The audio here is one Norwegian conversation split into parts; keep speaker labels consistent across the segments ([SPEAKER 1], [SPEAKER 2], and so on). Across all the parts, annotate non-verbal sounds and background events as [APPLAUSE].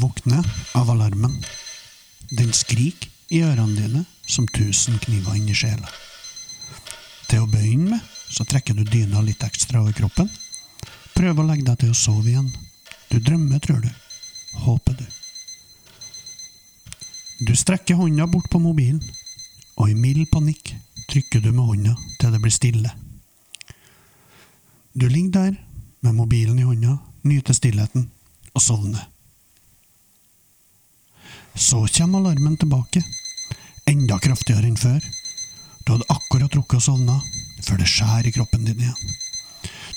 [SPEAKER 1] våkne av alarmen. Den skrik i ørene dine som tusen kniver inni sjela. Til å begynne med så trekker du dyna litt ekstra over kroppen. Prøv å legge deg til å sove igjen. Du drømmer, tror du. Håper du. Du strekker hånda bort på mobilen, og i mild panikk trykker du med hånda til det blir stille. Du ligger der med mobilen i hånda, nyter stillheten og sovner. Så kommer alarmen tilbake, enda kraftigere enn før. Du hadde akkurat rukket å sovne før det skjærer i kroppen din igjen.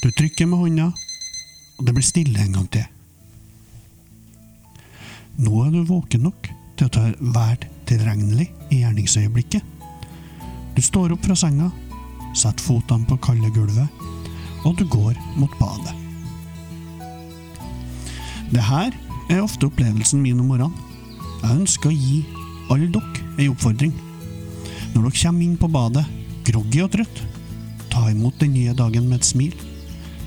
[SPEAKER 1] Du trykker med hånda, og det blir stille en gang til. Nå er du våken nok til å ta være tilregnelig i gjerningsøyeblikket. Du står opp fra senga, setter fotene på kalde gulvet, og du går mot badet. Det her er ofte opplevelsen min om morgenen. Jeg ønsker å gi alle dere ei oppfordring. Når dere kommer inn på badet, groggy og trøtt, ta imot den nye dagen med et smil.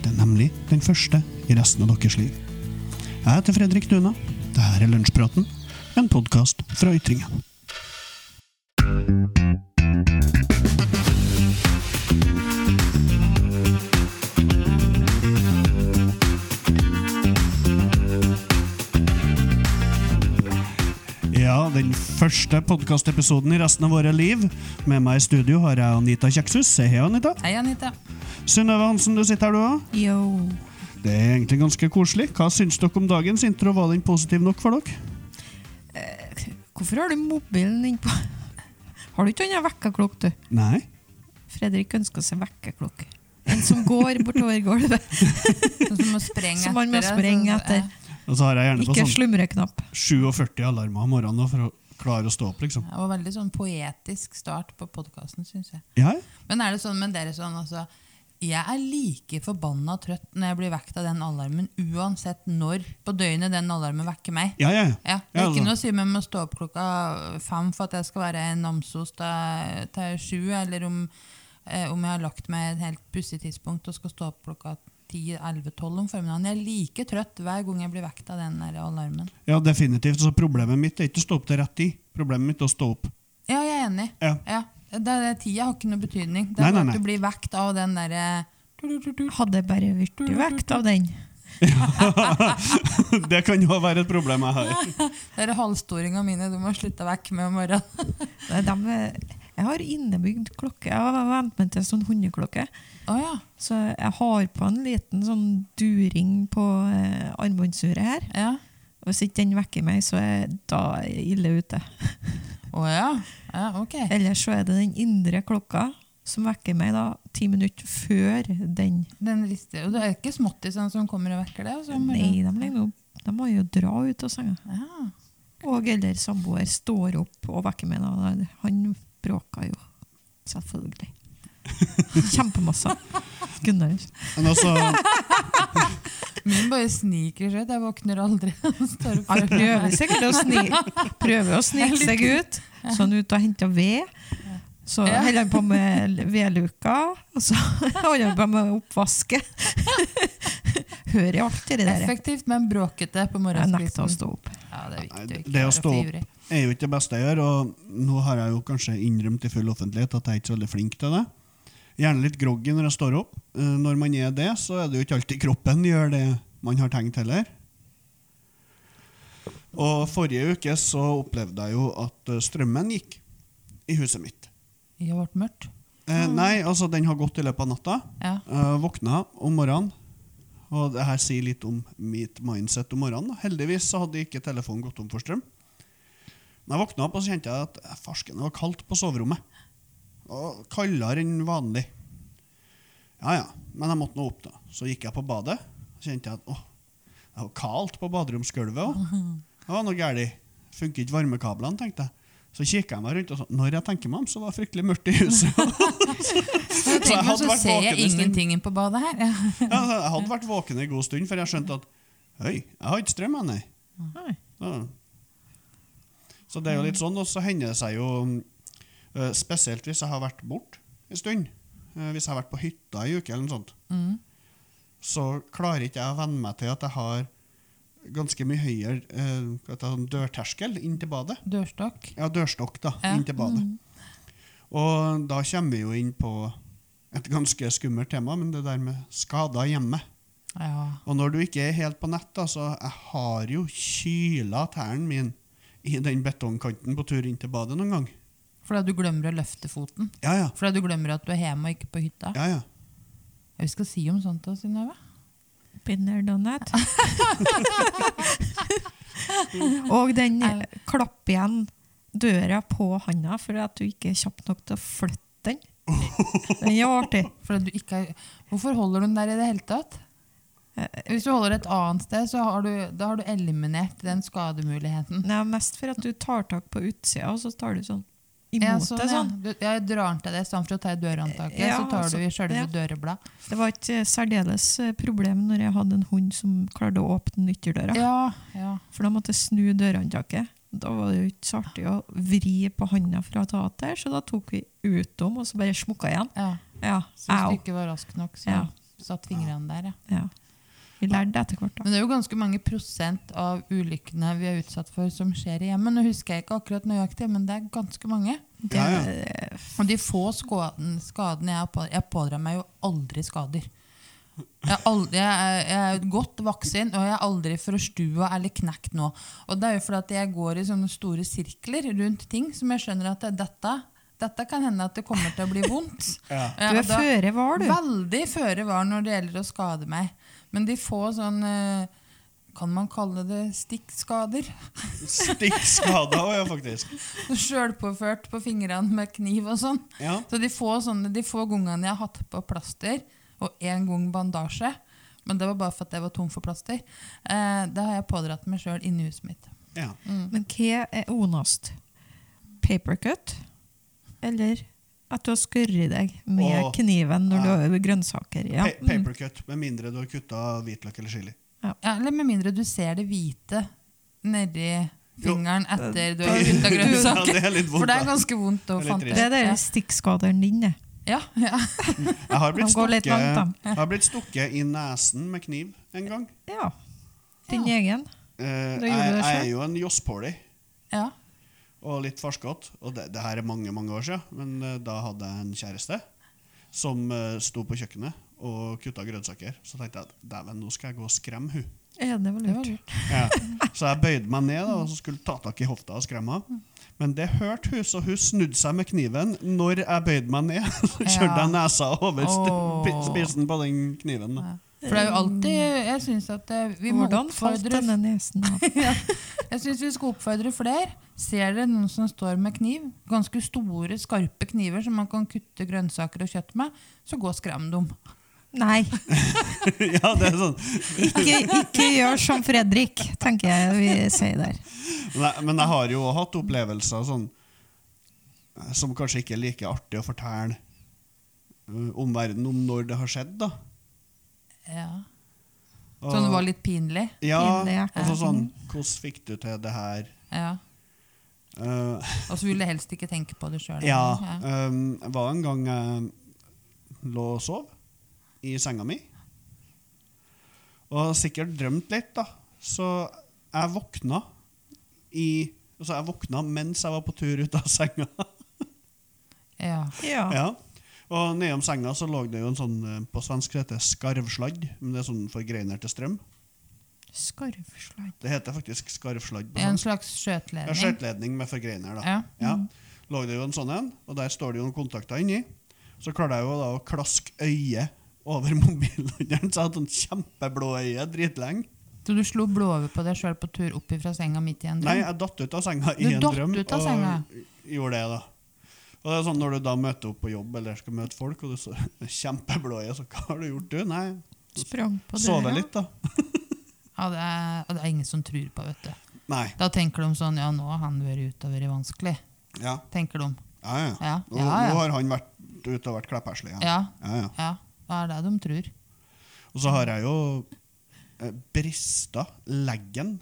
[SPEAKER 1] Det er nemlig den første i resten av deres liv. Jeg heter Fredrik Duna. Det her er Lunsjpraten, en podkast fra Ytringen. Ja, den første podkastepisoden i resten av våre liv. Med meg i studio har jeg Anita Kjekshus. Si hei, Anita.
[SPEAKER 2] Hei, Anita.
[SPEAKER 1] Synnøve Hansen, du sitter her, du òg.
[SPEAKER 2] Yo.
[SPEAKER 1] Det er egentlig ganske koselig. Hva syns dere om dagens intro? Var den positiv nok for dere?
[SPEAKER 2] Hvorfor har du mobilen innpå? [LAUGHS] Har du ikke annen vekkerklokke, du?
[SPEAKER 1] Nei.
[SPEAKER 2] Fredrik ønsker seg vekkerklokke. En som går bortover gulvet,
[SPEAKER 1] [LAUGHS]
[SPEAKER 3] Sånn som må sprenge
[SPEAKER 2] som man må
[SPEAKER 3] etter det,
[SPEAKER 2] sprenge
[SPEAKER 3] sånn-
[SPEAKER 1] altså.
[SPEAKER 2] etter.
[SPEAKER 1] Og så har jeg gjerne på
[SPEAKER 2] Ikke en
[SPEAKER 1] sånn
[SPEAKER 2] slumreknapp.
[SPEAKER 1] 47 alarmer om morgenen nå for å klare å stå opp, liksom.
[SPEAKER 3] Ja, det var veldig sånn poetisk start på podkasten, syns jeg.
[SPEAKER 1] Ja,
[SPEAKER 3] Men er det sånn med dere sånn, altså Jeg er like forbanna trøtt når jeg blir vekt av den alarmen, uansett når på døgnet den alarmen vekker meg.
[SPEAKER 1] ja. ja.
[SPEAKER 3] Ja, Det er ikke noe å si om jeg må stå opp klokka fem for at jeg skal være i Namsos til, til sju, eller om, eh, om jeg har lagt meg et helt pussig tidspunkt og skal stå opp klokka ti-elleve-tolv om formiddagen. Jeg er like trøtt hver gang jeg blir vekt av den der alarmen.
[SPEAKER 1] Ja, definitivt. Så problemet mitt er ikke å stå opp til rett tid. Problemet mitt er å stå opp. [LAUGHS]
[SPEAKER 3] Ja, jeg er enig.
[SPEAKER 1] Ja.
[SPEAKER 3] Det er det, tida har ikke noe betydning. Det
[SPEAKER 1] Nei,
[SPEAKER 3] er
[SPEAKER 1] nei,
[SPEAKER 3] bare
[SPEAKER 1] nei.
[SPEAKER 3] at du blir vekt av den eh, derre
[SPEAKER 2] Hadde jeg bare blitt vekt av den.
[SPEAKER 1] det kan jo være et problem jeg har. [LAUGHS]
[SPEAKER 3] Dere halvstoringa mine, du må slutte vekk med om morgenen. [LAUGHS]
[SPEAKER 2] Nei, dem er- jeg har innebygd klokke. Jeg har vent meg til sånn hundeklokke.
[SPEAKER 3] Å ja.
[SPEAKER 2] Så jeg har på en liten sånn during på eh, armbåndsuret her.
[SPEAKER 3] ja.
[SPEAKER 2] Og Hvis ikke den vekker meg, så er da er jeg ille ute.
[SPEAKER 3] Å ja. ja. Ok.
[SPEAKER 2] Ellers så er det den indre klokka som vekker meg da ti minutter før den.
[SPEAKER 3] Den rister. Og du er ikke småttisene som kommer og vekker deg? Altså, om morgenen?
[SPEAKER 2] Nei, de, ligger jo, de må jo dra ut av senga.
[SPEAKER 3] Ja.
[SPEAKER 2] Og eller samboer står opp og vekker meg. da. Han bråka jo, selvfølgelig. Kjempemasse. Gunnar.
[SPEAKER 1] Men altså,
[SPEAKER 3] Min bare sniker seg ut. Jeg våkner aldri. [LAUGHS] Han Står opp
[SPEAKER 2] Han
[SPEAKER 3] før meg.
[SPEAKER 2] prøver sikkert å, sni, prøver å snike seg ut. Så han er ute og henter ved. Så
[SPEAKER 3] Ja.
[SPEAKER 2] holder han på med vedluka, og så [LAUGHS] holder han på med oppvasket. Hører jeg alt i det der.
[SPEAKER 3] Effektivt, men bråkete på
[SPEAKER 2] Jeg nekter å
[SPEAKER 3] morgenskvisten.
[SPEAKER 2] stå opp.
[SPEAKER 3] Ja, det er viktig
[SPEAKER 1] Nei, det å
[SPEAKER 3] å ikke være
[SPEAKER 1] stå
[SPEAKER 3] for
[SPEAKER 1] opp.
[SPEAKER 3] ivrig.
[SPEAKER 1] er jo ikke det beste jeg gjør, og nå har jeg jo kanskje innrømt i full offentlighet at jeg er ikke så veldig flink til det. Gjerne litt groggy når jeg står opp. Eh, Når man er det, så er det jo ikke alltid kroppen gjør det man har tenkt heller. Og forrige uke så opplevde jeg jo at eh, strømmen gikk i huset mitt.
[SPEAKER 3] Det har vært mørkt.
[SPEAKER 1] Eh, Nei, altså den har gått i løpet av natta. [LAUGHS]
[SPEAKER 3] Ja.
[SPEAKER 1] Jeg Eh, våkna om morgenen, og det her sier litt om mitt mindset om morgenen. da. Heldigvis så hadde ikke telefonen gått om for strøm. Når jeg våkna opp, så kjente jeg at eh, farsken, det var kaldt på soverommet. Og kaldere enn vanlig. Ja, ja, men jeg måtte nå opp, da. Så gikk jeg på badet, så kjente jeg at åh, det var kaldt på baderomsgulvet òg. Det var noe galt. Funker ikke varmekablene, tenkte jeg. Så kikka jeg meg rundt, og så, når jeg tenker meg om, så var det fryktelig mørkt i huset.
[SPEAKER 3] Så,
[SPEAKER 1] Så jeg
[SPEAKER 3] tenker,
[SPEAKER 1] hadde
[SPEAKER 3] så
[SPEAKER 1] vært
[SPEAKER 3] ser
[SPEAKER 1] våken
[SPEAKER 3] jeg
[SPEAKER 1] en stund.
[SPEAKER 3] ingenting på badet her.
[SPEAKER 1] Ja,
[SPEAKER 3] Ja.
[SPEAKER 1] altså, jeg hadde vært våken en god stund, for jeg skjønte at Høy, jeg har ikke strøm, jeg, nei.
[SPEAKER 2] Nei.
[SPEAKER 1] Så- Så det er jo litt sånn, og så hender det seg jo mm, eh, Spesielt hvis jeg har vært borte en stund. eh, Hvis jeg har vært på hytta i uke, eller noe sånt,
[SPEAKER 3] Mm.
[SPEAKER 1] så klarer ikke jeg å venne meg til at jeg har ganske mye høyere eh, hva heter det, dørterskel inn til badet.
[SPEAKER 3] Dørstokk.
[SPEAKER 1] Ja, dørstokk, da,
[SPEAKER 3] Ja.
[SPEAKER 1] inn til badet. Og da kommer vi jo inn på et ganske skummelt tema, men det der med skader hjemme.
[SPEAKER 3] Ja.
[SPEAKER 1] Og når du ikke er helt på nett, da, så jeg har jo kyla tærne mine i den betongkanten på tur inn til badet noen gang.
[SPEAKER 3] Fordi du glemmer å løfte foten.
[SPEAKER 1] Ja, ja.
[SPEAKER 3] Fordi du glemmer at du er hjemme og ikke på hytta.
[SPEAKER 1] ja, ja.
[SPEAKER 3] Ja, vi skal si om sånt da, Synnøve.
[SPEAKER 2] Been there, done that. [LAUGHS] og den klapp igjen døra på handa for at du ikke er kjapp nok til å flytte den. Den er artig.
[SPEAKER 3] Fordi du ikke er... Hvorfor holder du den der i det hele tatt?
[SPEAKER 2] Eh,
[SPEAKER 3] Hvis du holder et annet sted, så har du, da har du eliminert den skademuligheten.
[SPEAKER 2] Det er mest for at du tar tak på utsida, og så tar du sånn imot
[SPEAKER 3] Ja, sånn,
[SPEAKER 2] det.
[SPEAKER 3] ja.
[SPEAKER 2] sånn.
[SPEAKER 3] Du, jeg drar den til deg, i stedet for å ta i dørhåndtaket.
[SPEAKER 2] Ja,
[SPEAKER 3] så tar
[SPEAKER 2] altså,
[SPEAKER 3] du i sjølve
[SPEAKER 2] ja.
[SPEAKER 3] dørebladet.
[SPEAKER 2] Det var et eh, særdeles eh, problem når jeg hadde en hund som klarte å åpne ytterdøra.
[SPEAKER 3] Ja, ja.
[SPEAKER 2] For da måtte jeg snu dørhåndtaket. Da var det jo ikke så artig å vri på handa fra å ta at der, så da tok vi utom, og så bare smukka igjen.
[SPEAKER 3] ja.
[SPEAKER 2] Ja,
[SPEAKER 3] Så hvis
[SPEAKER 2] au.
[SPEAKER 3] du ikke var rask nok, så
[SPEAKER 2] Ja.
[SPEAKER 3] satt fingrene der. Ja.
[SPEAKER 2] Ja. Vi lærte det etter hvert, da.
[SPEAKER 3] Men det er jo ganske mange prosent av ulykkene vi er utsatt for, som skjer i hjemmet. Nå husker jeg ikke akkurat nøyaktig, men det er ganske mange.
[SPEAKER 2] Det,
[SPEAKER 1] Ja, ja.
[SPEAKER 3] Og de få skaden, skadene jeg har på- Jeg pådrar meg jo aldri skader. Jeg er, aldri, jeg, er, jeg er godt voksen, og jeg er aldri forstua eller knekt nå. Og det er jo fordi at jeg går i sånne store sirkler rundt ting som jeg skjønner at det- dette, dette kan hende at det kommer til å bli vondt.
[SPEAKER 1] Ja.
[SPEAKER 3] Ja,
[SPEAKER 2] [LAUGHS] Du
[SPEAKER 3] og
[SPEAKER 2] er
[SPEAKER 3] da-
[SPEAKER 2] føre var, du.
[SPEAKER 3] Veldig føre var når det gjelder å skade meg. Men de få sånn eh, Kan man kalle det stikkskader? [LAUGHS]
[SPEAKER 1] Stikkskader òg, ja, faktisk.
[SPEAKER 3] Sjølpåført på fingrene med kniv og sånn.
[SPEAKER 1] Ja.
[SPEAKER 3] Så de få, sånne, de få gangene jeg har hatt på plaster, og én gang bandasje Men det var bare for at jeg var tom for plaster. Eh, det har jeg pådratt meg sjøl inni huset mitt.
[SPEAKER 1] ja.
[SPEAKER 2] Men hva er onast? Papercut? Eller at du har skurret deg med
[SPEAKER 1] Åh.
[SPEAKER 2] kniven når
[SPEAKER 1] Ja.
[SPEAKER 2] du har grønnsaker? Ja. Mm.
[SPEAKER 1] Pa papercut, med mindre du har kutta hvitløk eller chili.
[SPEAKER 3] Ja, eller med mindre du ser det hvite nedi
[SPEAKER 1] Jo.
[SPEAKER 3] fingeren etter du
[SPEAKER 1] [LAUGHS]
[SPEAKER 2] Da-
[SPEAKER 3] har kutta
[SPEAKER 1] Ja, det
[SPEAKER 3] grønnsaker.
[SPEAKER 1] er litt
[SPEAKER 3] For
[SPEAKER 1] vondt,
[SPEAKER 3] det er
[SPEAKER 1] da.
[SPEAKER 3] ganske vondt å
[SPEAKER 1] Det er litt
[SPEAKER 2] Mm. Det
[SPEAKER 3] fante.
[SPEAKER 2] er de stikkskadene dine.
[SPEAKER 3] Ja, ja.
[SPEAKER 1] Jeg har blitt
[SPEAKER 2] De går litt
[SPEAKER 1] stukket,
[SPEAKER 2] langt,
[SPEAKER 1] jeg har blitt stukket i nesen med kniv en gang.
[SPEAKER 2] Ja. Din egen.
[SPEAKER 1] Eh,
[SPEAKER 2] Det
[SPEAKER 1] jeg,
[SPEAKER 2] gjorde
[SPEAKER 1] jeg
[SPEAKER 2] det selv.
[SPEAKER 1] er jo en josspåli
[SPEAKER 3] ja.
[SPEAKER 1] og litt farskott. Og det, det her er mange mange år siden, men eh, da hadde jeg en kjæreste som eh, sto på kjøkkenet og kutta grønnsaker. Så tenkte jeg at dæven, nå skal jeg gå og skremme hun.
[SPEAKER 2] Ja, det var
[SPEAKER 3] Det var
[SPEAKER 2] lurt.
[SPEAKER 3] lurt.
[SPEAKER 1] Ja. Så jeg bøyde meg ned da, og så skulle ta tak i hofta og skremme henne. Men det hørte hun, så hun snudde seg med kniven når jeg bøyde meg ned. [LAUGHS] Så kjørte jeg nesa over
[SPEAKER 3] Åh.
[SPEAKER 1] st- spissen på den kniven. Da.
[SPEAKER 3] Ja. For det er jo alltid Jeg syns at eh, vi må
[SPEAKER 2] Hvordan falt
[SPEAKER 3] oppfordre
[SPEAKER 2] denne nesen av?
[SPEAKER 3] [LAUGHS] Jeg synes vi skal oppfordre flere. Ser dere noen som står med kniv, ganske store, skarpe kniver som man kan kutte grønnsaker og kjøtt med, så gå og skrem dem.
[SPEAKER 2] [LAUGHS] Nei,
[SPEAKER 1] [LAUGHS] ja, det er sånn.
[SPEAKER 2] ikke, ikke gjør som Fredrik, tenker jeg vi sier der.
[SPEAKER 1] Men jeg, men jeg har jo hatt opplevelser sånn, eh, som kanskje ikke er like artig å fortelle eh, om verden om når det har skjedd. Da.
[SPEAKER 3] Ja.
[SPEAKER 1] Og-
[SPEAKER 3] Sånn det var litt pinlig.
[SPEAKER 2] pinlig,
[SPEAKER 1] ja,
[SPEAKER 2] ja.
[SPEAKER 1] og så sånn, hvordan fikk du til det her?
[SPEAKER 3] Ja.
[SPEAKER 1] Eh,
[SPEAKER 3] Og så ville jeg helst ikke tenke på det sjøl.
[SPEAKER 1] Ja. Um, jeg var en gang jeg lå og sov i senga mi. Og sikkert drømt litt, da. Så jeg våkna i Altså, jeg våkna mens jeg var på tur ut av senga. [LAUGHS]
[SPEAKER 3] Ja.
[SPEAKER 2] Ja.
[SPEAKER 1] ja. Og nedom senga så lå det jo en sånn eh, på svensk heter det skarvsladd. Men det er sånn forgreiner til strøm.
[SPEAKER 2] Skarvsladd.
[SPEAKER 1] Det heter faktisk skarvsladd på
[SPEAKER 3] En
[SPEAKER 1] svensk.
[SPEAKER 3] slags
[SPEAKER 1] Ja,
[SPEAKER 3] skjøteledning.
[SPEAKER 1] Skjøteledning med forgreiner, da.
[SPEAKER 3] Ja. Mm.
[SPEAKER 1] Ja. Lå det jo en sånn en, og der står det jo noen kontakter inni. Så klarte jeg jo da å klaske øyet over [LAUGHS] mobilholderen, så jeg hadde sånn kjempeblå øye dritlenge.
[SPEAKER 3] Så du slo blodet på deg sjøl på tur opp fra senga midt i en
[SPEAKER 1] Nei,
[SPEAKER 3] drøm?
[SPEAKER 1] jeg datt ut av senga i
[SPEAKER 3] Mm. Du
[SPEAKER 1] en
[SPEAKER 3] datt
[SPEAKER 1] drøm.
[SPEAKER 3] ut av
[SPEAKER 1] og
[SPEAKER 3] senga?
[SPEAKER 1] Gjorde det, da. Og det er sånn når du da møter opp på jobb eller skal møte folk, og du så [LAUGHS] kjempeblå øye, så hva har du gjort, du? Nei,
[SPEAKER 2] Sprang på
[SPEAKER 1] sove
[SPEAKER 2] døra.
[SPEAKER 1] litt, da.
[SPEAKER 3] Ja, det er, og det er ingen som tror på, vet du.
[SPEAKER 1] Nei.
[SPEAKER 3] Da tenker de sånn Ja, nå har han vært ute og vært vanskelig.
[SPEAKER 1] Ja,
[SPEAKER 3] Tenker de.
[SPEAKER 1] ja. ja.
[SPEAKER 3] Ja,
[SPEAKER 1] Nå,
[SPEAKER 3] ja,
[SPEAKER 1] nå
[SPEAKER 3] ja.
[SPEAKER 1] har han vært ute og vært kleppherslig. Ja.
[SPEAKER 3] ja,
[SPEAKER 1] Ja, ja.
[SPEAKER 3] ja. Det er det de tror.
[SPEAKER 1] Og så har jeg jo eh, brista leggen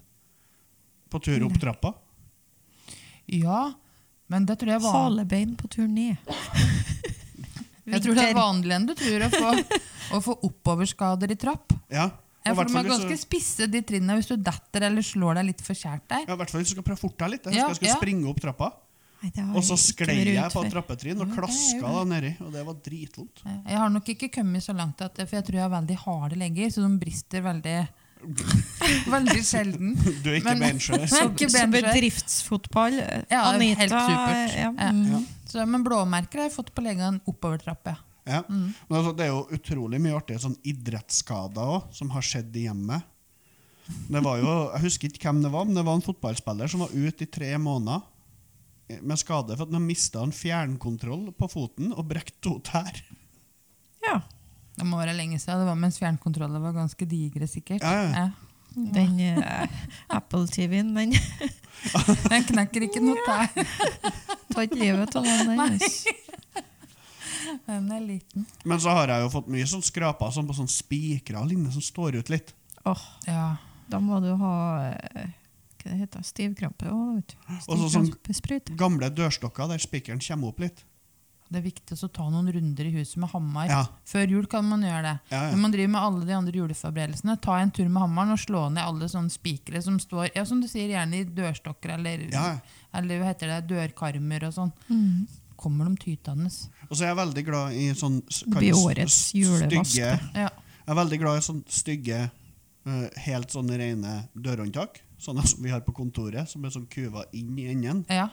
[SPEAKER 1] på tur
[SPEAKER 3] Mm.
[SPEAKER 1] opp trappa.
[SPEAKER 3] Ja, men det tror jeg var
[SPEAKER 2] Halebein på tur [LAUGHS] ned. [LAUGHS]
[SPEAKER 3] Jeg tror det er vanligere enn du tror å få, å få oppoverskader i trapp.
[SPEAKER 1] Ja,
[SPEAKER 3] Ja,
[SPEAKER 1] Og
[SPEAKER 3] for
[SPEAKER 1] hvertfall
[SPEAKER 3] de er
[SPEAKER 1] hvis du-
[SPEAKER 3] ganske spisse, de trinnene, hvis du detter eller slår deg litt for kjært der.
[SPEAKER 1] Ja, I hvert fall hvis du skal prøve å forte deg litt. Jeg
[SPEAKER 3] Ja,
[SPEAKER 1] husker jeg skulle
[SPEAKER 3] ja.
[SPEAKER 1] springe opp trappa,
[SPEAKER 2] Nei, det har
[SPEAKER 1] og så
[SPEAKER 2] jeg ikke
[SPEAKER 1] sklei
[SPEAKER 2] vært
[SPEAKER 1] jeg
[SPEAKER 2] ut
[SPEAKER 1] på
[SPEAKER 2] for.
[SPEAKER 1] et trappetrinn og
[SPEAKER 3] Ja, det er jo
[SPEAKER 1] klaska da nedi, og det var dritvondt. [LAUGHS]
[SPEAKER 3] Ja, Jeg har nok ikke kommet så langt at For jeg tror jeg har veldig harde legger, så de brister veldig [LAUGHS] Veldig sjelden.
[SPEAKER 1] Du er ikke
[SPEAKER 3] Men-
[SPEAKER 1] beinskjør.
[SPEAKER 3] Nei,
[SPEAKER 2] Så,
[SPEAKER 3] [LAUGHS] ikke
[SPEAKER 2] så
[SPEAKER 3] bedre.
[SPEAKER 2] bedriftsfotball eh,
[SPEAKER 3] Ja,
[SPEAKER 2] Anita
[SPEAKER 3] helt supert.
[SPEAKER 2] Ja,
[SPEAKER 3] Ja.
[SPEAKER 2] mm.
[SPEAKER 3] Så, men blåmerker har jeg fått på leggene oppover trappa.
[SPEAKER 1] Ja.
[SPEAKER 2] Mm.
[SPEAKER 1] Men altså, det er jo utrolig mye artige sånn idrettsskader òg, som har skjedd i hjemmet. Det var jo, Jeg husker ikke hvem det var, men det var en fotballspiller som var ute i tre måneder med skade for at han mista en fjernkontroll på foten og brekte to tær.
[SPEAKER 2] ja.
[SPEAKER 3] Det må være lenge siden. Det var mens fjernkontroller var ganske digre, sikkert.
[SPEAKER 1] Ja, ja.
[SPEAKER 2] Den eh, Apple TV-en, den
[SPEAKER 3] Den knekker ikke noe der.
[SPEAKER 2] tar ikke livet av den. den, ass.
[SPEAKER 3] Den er liten.
[SPEAKER 1] Men så har jeg jo fått mye sånn skraper sånn på sånn spikere og lignende som står ut litt.
[SPEAKER 2] Åh,
[SPEAKER 3] Ja.
[SPEAKER 2] da må du ha eh, hva det heter stivkrampe òg, vet du.
[SPEAKER 1] Og så sånn-
[SPEAKER 2] Stivkrampesprut.
[SPEAKER 1] Gamle dørstokker der spikeren kommer opp litt.
[SPEAKER 3] Det er viktig å ta noen runder i huset med hammer.
[SPEAKER 1] Ja.
[SPEAKER 3] Før jul kan man gjøre det.
[SPEAKER 1] Ja, ja.
[SPEAKER 3] Når man driver med alle de andre juleforberedelsene, ta en tur med hammeren og slå ned alle sånne spikere som står ja, som du sier, gjerne i dørstokker eller,
[SPEAKER 1] Ja, ja.
[SPEAKER 3] eller hva heter det, dørkarmer og sånn.
[SPEAKER 2] Mm.
[SPEAKER 3] Kommer de tytende?
[SPEAKER 1] Og så er jeg veldig glad i sånn s-
[SPEAKER 2] Det blir
[SPEAKER 1] kalles
[SPEAKER 2] årets
[SPEAKER 1] s-
[SPEAKER 2] julevask,
[SPEAKER 1] stygge-
[SPEAKER 2] da.
[SPEAKER 3] Ja.
[SPEAKER 1] Jeg er veldig glad i sånn stygge, eh, helt sånn rene dørhåndtak. Sånne som vi har på kontoret, som er sånn kuva inn i enden.
[SPEAKER 3] ja.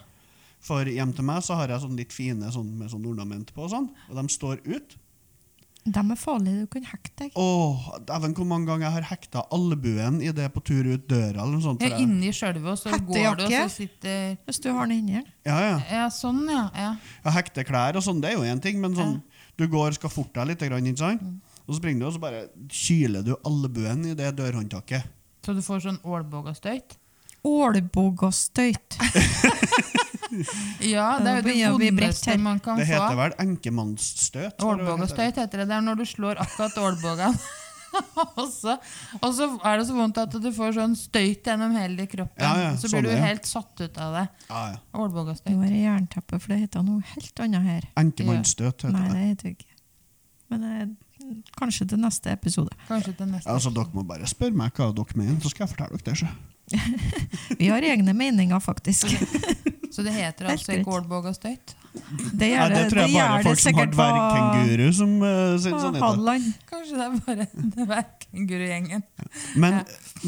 [SPEAKER 1] For hjem til meg så har jeg sånn litt fine sånn, med sånn ornament på, og sånn, og de står ut.
[SPEAKER 2] De er farlige, du kan hacke deg.
[SPEAKER 1] Åh, dæven hvor mange ganger jeg har hekta albuen i det på tur ut døra. eller noe sånt.
[SPEAKER 3] Ja,
[SPEAKER 1] tror jeg.
[SPEAKER 3] inni sjølve, og så går du, og så
[SPEAKER 2] Hettejakke?
[SPEAKER 3] sitter
[SPEAKER 2] Hvis du har den inni den.
[SPEAKER 1] Ja, ja.
[SPEAKER 3] Ja, sånn, ja. ja.
[SPEAKER 1] Ja, hekteklær og sånn, det er jo én ting, men sånn, du går skal forte deg litt, grann, ikke sant? og så springer du, og så bare kyler du albuen i det dørhåndtaket.
[SPEAKER 3] Så du får sånn ålbogastøyt?
[SPEAKER 2] Ålbogastøyt.
[SPEAKER 3] Ja, det er
[SPEAKER 2] Ja, det
[SPEAKER 3] jo
[SPEAKER 2] begynner å bli
[SPEAKER 3] det
[SPEAKER 2] bredt
[SPEAKER 3] vondeste
[SPEAKER 2] her.
[SPEAKER 3] man kan
[SPEAKER 1] Det heter
[SPEAKER 3] få.
[SPEAKER 1] vel enkemannsstøt? for å være helt ærlig.
[SPEAKER 3] Ålbogastøyt heter det. Det er når du slår akkurat ålbogen. [LAUGHS] og, så, og så er det så vondt at du får sånn støyt gjennom hele kroppen.
[SPEAKER 1] Ja, ja,
[SPEAKER 3] så blir
[SPEAKER 1] sånn,
[SPEAKER 3] du
[SPEAKER 1] ja.
[SPEAKER 3] helt satt ut av det.
[SPEAKER 1] Ja, ja.
[SPEAKER 2] Nå
[SPEAKER 3] Ålbogastøyt.
[SPEAKER 2] har jeg jernteppe, for det heter noe helt annet her.
[SPEAKER 1] Enkemannsstøt heter
[SPEAKER 2] Nei,
[SPEAKER 1] det.
[SPEAKER 2] det heter det ikke. Men eh, kanskje til neste episode.
[SPEAKER 3] Kanskje til neste.
[SPEAKER 1] Altså, dere må bare spørre meg hva dere mener, så skal jeg fortelle dere det. så.
[SPEAKER 2] Vi har egne meninger,
[SPEAKER 1] [LAUGHS]
[SPEAKER 2] faktisk.
[SPEAKER 3] Så det heter
[SPEAKER 2] Helt
[SPEAKER 3] altså ikke
[SPEAKER 2] greit.
[SPEAKER 3] ålbogastøyt?
[SPEAKER 2] Det
[SPEAKER 1] Ja,
[SPEAKER 2] gjør
[SPEAKER 1] det
[SPEAKER 2] det,
[SPEAKER 1] tror
[SPEAKER 2] det,
[SPEAKER 1] jeg
[SPEAKER 2] gjør
[SPEAKER 1] bare
[SPEAKER 2] det
[SPEAKER 1] folk som har
[SPEAKER 2] sikkert på,
[SPEAKER 1] dvergkenguru som eh,
[SPEAKER 2] på
[SPEAKER 1] synes sånn heter.
[SPEAKER 2] Halland.
[SPEAKER 3] Kanskje det er bare [LAUGHS] dverkengurugjengen.
[SPEAKER 1] Men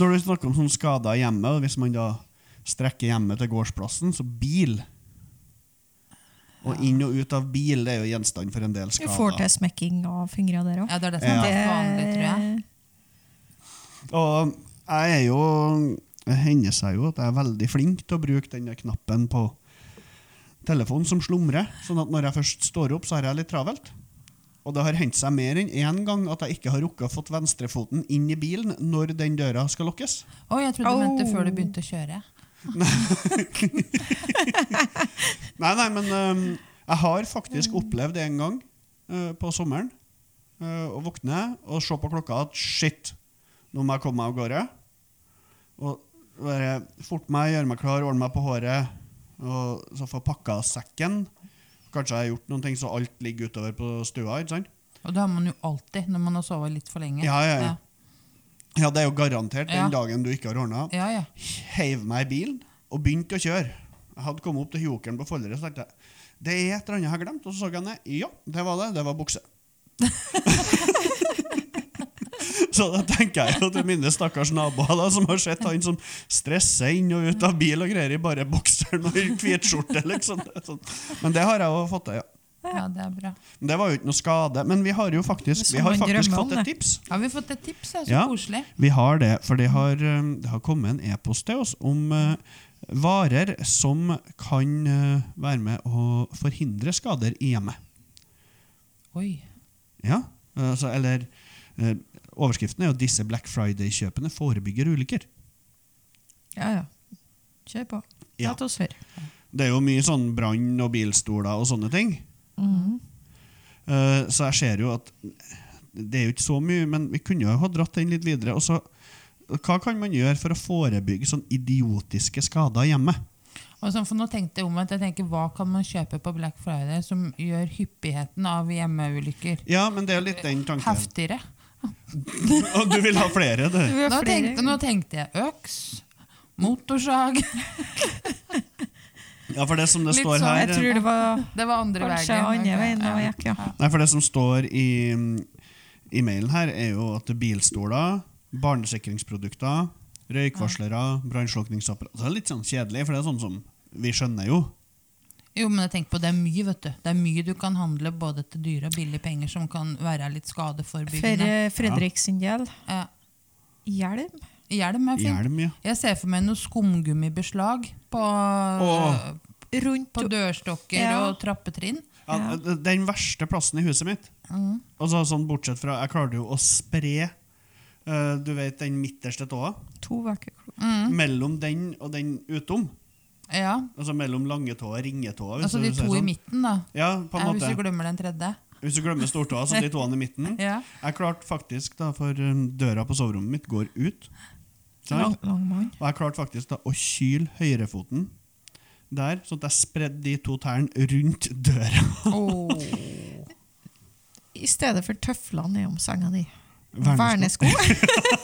[SPEAKER 1] når du snakker om sånn skader i hjemmet, og hvis man da strekker hjemmet til gårdsplassen, så bil Og inn og ut av bil det er jo gjenstand for en del
[SPEAKER 2] Vi får
[SPEAKER 1] skader.
[SPEAKER 2] til smekking av fingre der òg.
[SPEAKER 3] Ja, det er det som er vanlig, tror jeg.
[SPEAKER 1] Og jeg er jo Det hender seg jo at jeg er veldig flink til å bruke den der knappen på telefonen som slumrer. Sånn at når jeg først står opp, så har jeg litt travelt. Og det har hendt seg mer enn én gang at jeg ikke har rukket å fått venstrefoten inn i bilen når den døra skal lukkes.
[SPEAKER 3] Å, jeg trodde du mente
[SPEAKER 2] Au.
[SPEAKER 3] før du begynte å kjøre.
[SPEAKER 1] Nei, nei, men øhm, jeg har faktisk opplevd det en gang øh, på sommeren. øh, å våkne og se på klokka at shit, nå må jeg komme meg av gårde. Og bare forte meg, gjøre meg klar, ordne meg på håret, og så få pakka sekken. Kanskje jeg har gjort noen ting, så alt ligger utover på stua. ikke sant?
[SPEAKER 3] Og det har man jo alltid når man har sovet litt for lenge.
[SPEAKER 1] Ja, ja, ja. Ja, det er jo garantert den
[SPEAKER 3] Ja.
[SPEAKER 1] dagen du ikke har ordna.
[SPEAKER 3] ja, ja.
[SPEAKER 1] heiv meg i bilen og begynte å kjøre. Jeg hadde kommet opp til Jokeren på Follere så tenkte jeg, det er et eller annet jeg har glemt. Og så så jeg ned. Ja, det var det. Det var
[SPEAKER 2] [LAUGHS]
[SPEAKER 1] bukse. så da tenker jeg jo til mine stakkars naboer da, som har sett han som stresser inn og ut av bil og greier i bare bokseren og i hvitskjorte. Liksom. Det er sånn. Men det har jeg jo fått til, ja.
[SPEAKER 3] Ja, det er bra.
[SPEAKER 1] Men Det var jo ikke noe skade. Men vi har jo faktisk,
[SPEAKER 2] Som
[SPEAKER 1] vi har
[SPEAKER 2] man
[SPEAKER 1] faktisk
[SPEAKER 2] drømmer om,
[SPEAKER 1] fått et
[SPEAKER 2] det.
[SPEAKER 1] tips.
[SPEAKER 3] Har vi fått et tips? Det er så
[SPEAKER 1] Ja.
[SPEAKER 3] koselig.
[SPEAKER 1] Vi har det, for det har, um, det har kommet en e-post til oss om uh, varer som kan uh, være med å forhindre skader i hjemmet.
[SPEAKER 3] Oi.
[SPEAKER 1] Ja, uh, så, eller uh, Overskriften er jo 'Disse Black Friday-kjøpene forebygger ulykker'.
[SPEAKER 2] Ja, ja. Kjør på.
[SPEAKER 1] Ja.
[SPEAKER 2] La oss høre.
[SPEAKER 1] Det er jo mye sånn brann og bilstoler og sånne ting.
[SPEAKER 2] Mhm.
[SPEAKER 1] Eh, Så jeg ser jo at det er jo ikke så mye, men vi kunne jo ha dratt den litt videre. Og så, hva kan man gjøre for å forebygge sånn idiotiske skader hjemme?
[SPEAKER 3] Og sånn, for nå tenkte jeg om at jeg tenker, Hva kan man kjøpe på Black Friday som gjør hyppigheten av hjemmeulykker
[SPEAKER 1] Ja, men det er jo litt den tanken.
[SPEAKER 3] heftigere?
[SPEAKER 1] [LAUGHS] Og du vil ha flere, du.
[SPEAKER 2] Vi har
[SPEAKER 3] Nå
[SPEAKER 2] flere.
[SPEAKER 3] tenkte, nå tenkte jeg øks, motorsag [LAUGHS]
[SPEAKER 1] Ja, for det som det
[SPEAKER 3] Litt
[SPEAKER 1] står
[SPEAKER 3] sånn,
[SPEAKER 1] her
[SPEAKER 2] Jeg tror det var
[SPEAKER 3] Det var andre veien.
[SPEAKER 2] kanskje andre veien da jeg gikk, ja.
[SPEAKER 1] Nei, for det som står i, i mailen her, er jo at det er bilstoler, barnesikringsprodukter, røykvarslere, brannslukningsapparat Det er litt sånn kjedelig, for det er sånn som vi skjønner jo.
[SPEAKER 3] Jo, men jeg tenker på det er mye, vet du. Det er mye du kan handle både til dyre og billige penger som kan være litt
[SPEAKER 2] For
[SPEAKER 3] skadeforebyggende.
[SPEAKER 2] eh, Fredrik sin del,
[SPEAKER 3] Ja.
[SPEAKER 2] hjelm.
[SPEAKER 3] Hjelm er fint.
[SPEAKER 1] Hjelm, ja.
[SPEAKER 3] Jeg ser for meg noe skumgummibeslag på,
[SPEAKER 1] Åh.
[SPEAKER 2] Rundt
[SPEAKER 3] på dørstokker
[SPEAKER 2] Ja.
[SPEAKER 3] og trappetrinn.
[SPEAKER 1] ja. d- Den verste plassen i huset mitt.
[SPEAKER 3] Mm.
[SPEAKER 1] Altså sånn bortsett fra Jeg klarte jo å spre eh, du vet den midterste tåa.
[SPEAKER 2] to vakuumklo-
[SPEAKER 3] Mm.
[SPEAKER 1] Mellom den og den utom.
[SPEAKER 3] Ja,
[SPEAKER 1] Altså mellom langetåa og ringetåa. hvis
[SPEAKER 3] altså
[SPEAKER 1] du
[SPEAKER 3] de
[SPEAKER 1] sier
[SPEAKER 3] to i
[SPEAKER 1] sånn.
[SPEAKER 3] midten, da.
[SPEAKER 1] Ja, på en
[SPEAKER 3] Ja, hvis
[SPEAKER 1] måte.
[SPEAKER 3] du glemmer den tredje.
[SPEAKER 1] Hvis du glemmer stortåa, så de toene i midten.
[SPEAKER 3] [LAUGHS] Ja.
[SPEAKER 1] Jeg klarte faktisk, da, for um, døra på soverommet mitt går ut.
[SPEAKER 2] Lang,
[SPEAKER 1] Sant?
[SPEAKER 2] lang mann.
[SPEAKER 1] Og jeg klarte faktisk da å kyle høyrefoten der, så at jeg spredde de to tærne rundt døra.
[SPEAKER 3] Åh.
[SPEAKER 2] I stedet for tøfler nedom senga di.
[SPEAKER 1] Vernesko.
[SPEAKER 2] Vernesko.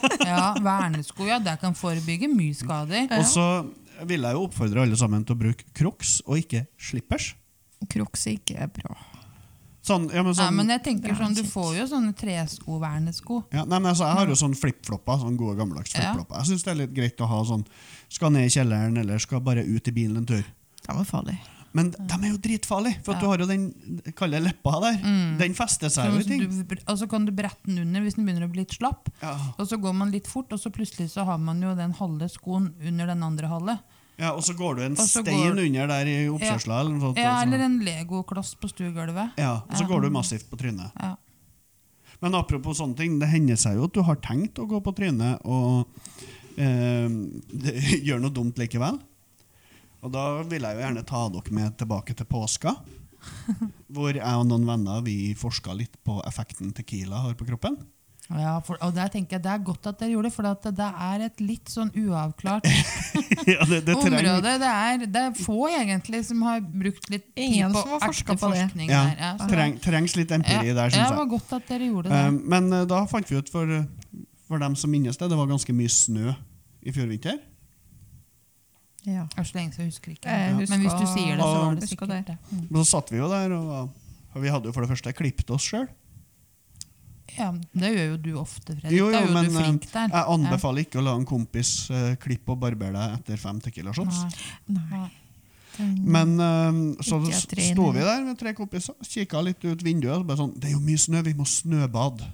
[SPEAKER 1] [LAUGHS]
[SPEAKER 3] Ja, vernesko, ja, det kan forebygge mye skader.
[SPEAKER 1] Og så vil jeg jo oppfordre alle sammen til å bruke crocs og ikke slippers.
[SPEAKER 2] Crocs er ikke bra.
[SPEAKER 1] Sånn, ja, men
[SPEAKER 3] Nei,
[SPEAKER 1] sånn,
[SPEAKER 3] men jeg tenker
[SPEAKER 2] Bra,
[SPEAKER 3] sånn, du
[SPEAKER 2] shit.
[SPEAKER 3] får jo sånne tresko, vernesko.
[SPEAKER 1] ja, nei, men altså, jeg har jo sånn flipflopper, sånn gode gammeldags
[SPEAKER 3] Ja.
[SPEAKER 1] flipflopper. Jeg syns det er litt greit å ha sånn skal ned i kjelleren eller skal bare ut i bilen en tur.
[SPEAKER 2] De er farlige.
[SPEAKER 1] Men de er jo dritfarlige, for at du har jo den kalde leppa der. Den fester seg jo i ting.
[SPEAKER 3] Mm. Sånn, du, og så kan du brette den under hvis den begynner å bli litt slapp.
[SPEAKER 1] Ja.
[SPEAKER 3] Og så går man litt fort, og så plutselig så har man jo den halve skoen under den andre halve.
[SPEAKER 1] Ja, og så går du en
[SPEAKER 3] Og så
[SPEAKER 1] stein
[SPEAKER 3] går-
[SPEAKER 1] under der i oppkjørsla. Eller noe sånt,
[SPEAKER 3] Ja,
[SPEAKER 1] altså.
[SPEAKER 3] eller en legokloss på stuegulvet.
[SPEAKER 1] ja, og så går du massivt på trynet.
[SPEAKER 3] Ja.
[SPEAKER 1] Men apropos sånne ting, det hender seg jo at du har tenkt å gå på trynet og eh, det- [LAUGHS] gjøre noe dumt likevel. Og da vil jeg jo gjerne ta dere med tilbake til påska.
[SPEAKER 3] [LAUGHS]
[SPEAKER 1] Hvor jeg og noen venner vi forska litt på effekten tequila har på kroppen. [LAUGHS]
[SPEAKER 3] Ja, for, og der tenker jeg Det er godt at dere gjorde det, for at det er et litt sånn
[SPEAKER 1] [LAUGHS]
[SPEAKER 3] uavklart
[SPEAKER 1] ja, det, det trenger-
[SPEAKER 3] område. Det er, det er få egentlig som har brukt litt tid
[SPEAKER 2] Ingen
[SPEAKER 3] på
[SPEAKER 2] som har forsket
[SPEAKER 3] ekte
[SPEAKER 2] på det.
[SPEAKER 3] forskning
[SPEAKER 1] ja,
[SPEAKER 3] der. Ja, så-
[SPEAKER 1] treng, trengs litt empiri der,
[SPEAKER 3] Altså- ja,
[SPEAKER 1] syns
[SPEAKER 3] det
[SPEAKER 1] jeg.
[SPEAKER 3] var godt at dere gjorde det.
[SPEAKER 1] Eh, Men eh, da fant vi ut, for, for dem som minnes det, det var ganske mye snø i fjor vinter.
[SPEAKER 2] Ja.
[SPEAKER 3] Det er så lenge så jeg husker ikke.
[SPEAKER 2] Jeg husker-
[SPEAKER 3] Men hvis du sier det, så var det
[SPEAKER 2] Husker
[SPEAKER 3] sikkert det.
[SPEAKER 2] det.
[SPEAKER 3] Mm.
[SPEAKER 1] Men Så satt vi jo der, og, var- og vi hadde jo for det første klippet oss sjøl.
[SPEAKER 3] Ja, det gjør jo du ofte, Fredrik.
[SPEAKER 1] Jo, jo,
[SPEAKER 3] da er jo
[SPEAKER 1] men
[SPEAKER 3] du
[SPEAKER 1] eh,
[SPEAKER 3] flink der.
[SPEAKER 1] jeg anbefaler ikke å la en kompis eh, klippe og barbere deg etter fem Tequila shots.
[SPEAKER 3] Nei.
[SPEAKER 2] Nei. Den,
[SPEAKER 1] Men eh, så
[SPEAKER 2] Ikke
[SPEAKER 1] s-
[SPEAKER 2] at det er
[SPEAKER 1] sto
[SPEAKER 2] noe.
[SPEAKER 1] vi der med tre kompiser, kikka litt ut vinduet og bare sånn Det er jo mye snø, vi må snøbade.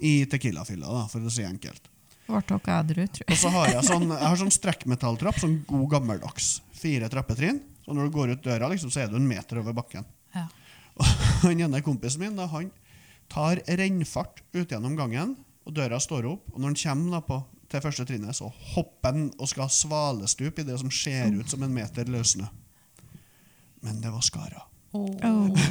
[SPEAKER 1] I Tequila-fylla, da, for å si enkelt.
[SPEAKER 2] Mm. ble dere edru, tror
[SPEAKER 1] Og
[SPEAKER 2] jeg.
[SPEAKER 1] så har jeg sånn, jeg har sånn strekkmetalltrapp, sånn god gammeldags. Fire trappetrinn. Så når du går ut døra, liksom, så er du en meter over bakken. [LAUGHS]
[SPEAKER 3] Ja.
[SPEAKER 1] Og den ene kompisen min da, han tar rennfart ut gjennom gangen, og døra står opp. Og når han kommer da, på, til første trinnet, så hopper han og skal ha svalestup i det som ser ut som en meter løssnø. Men det var skara.
[SPEAKER 3] Åh.
[SPEAKER 2] Åh,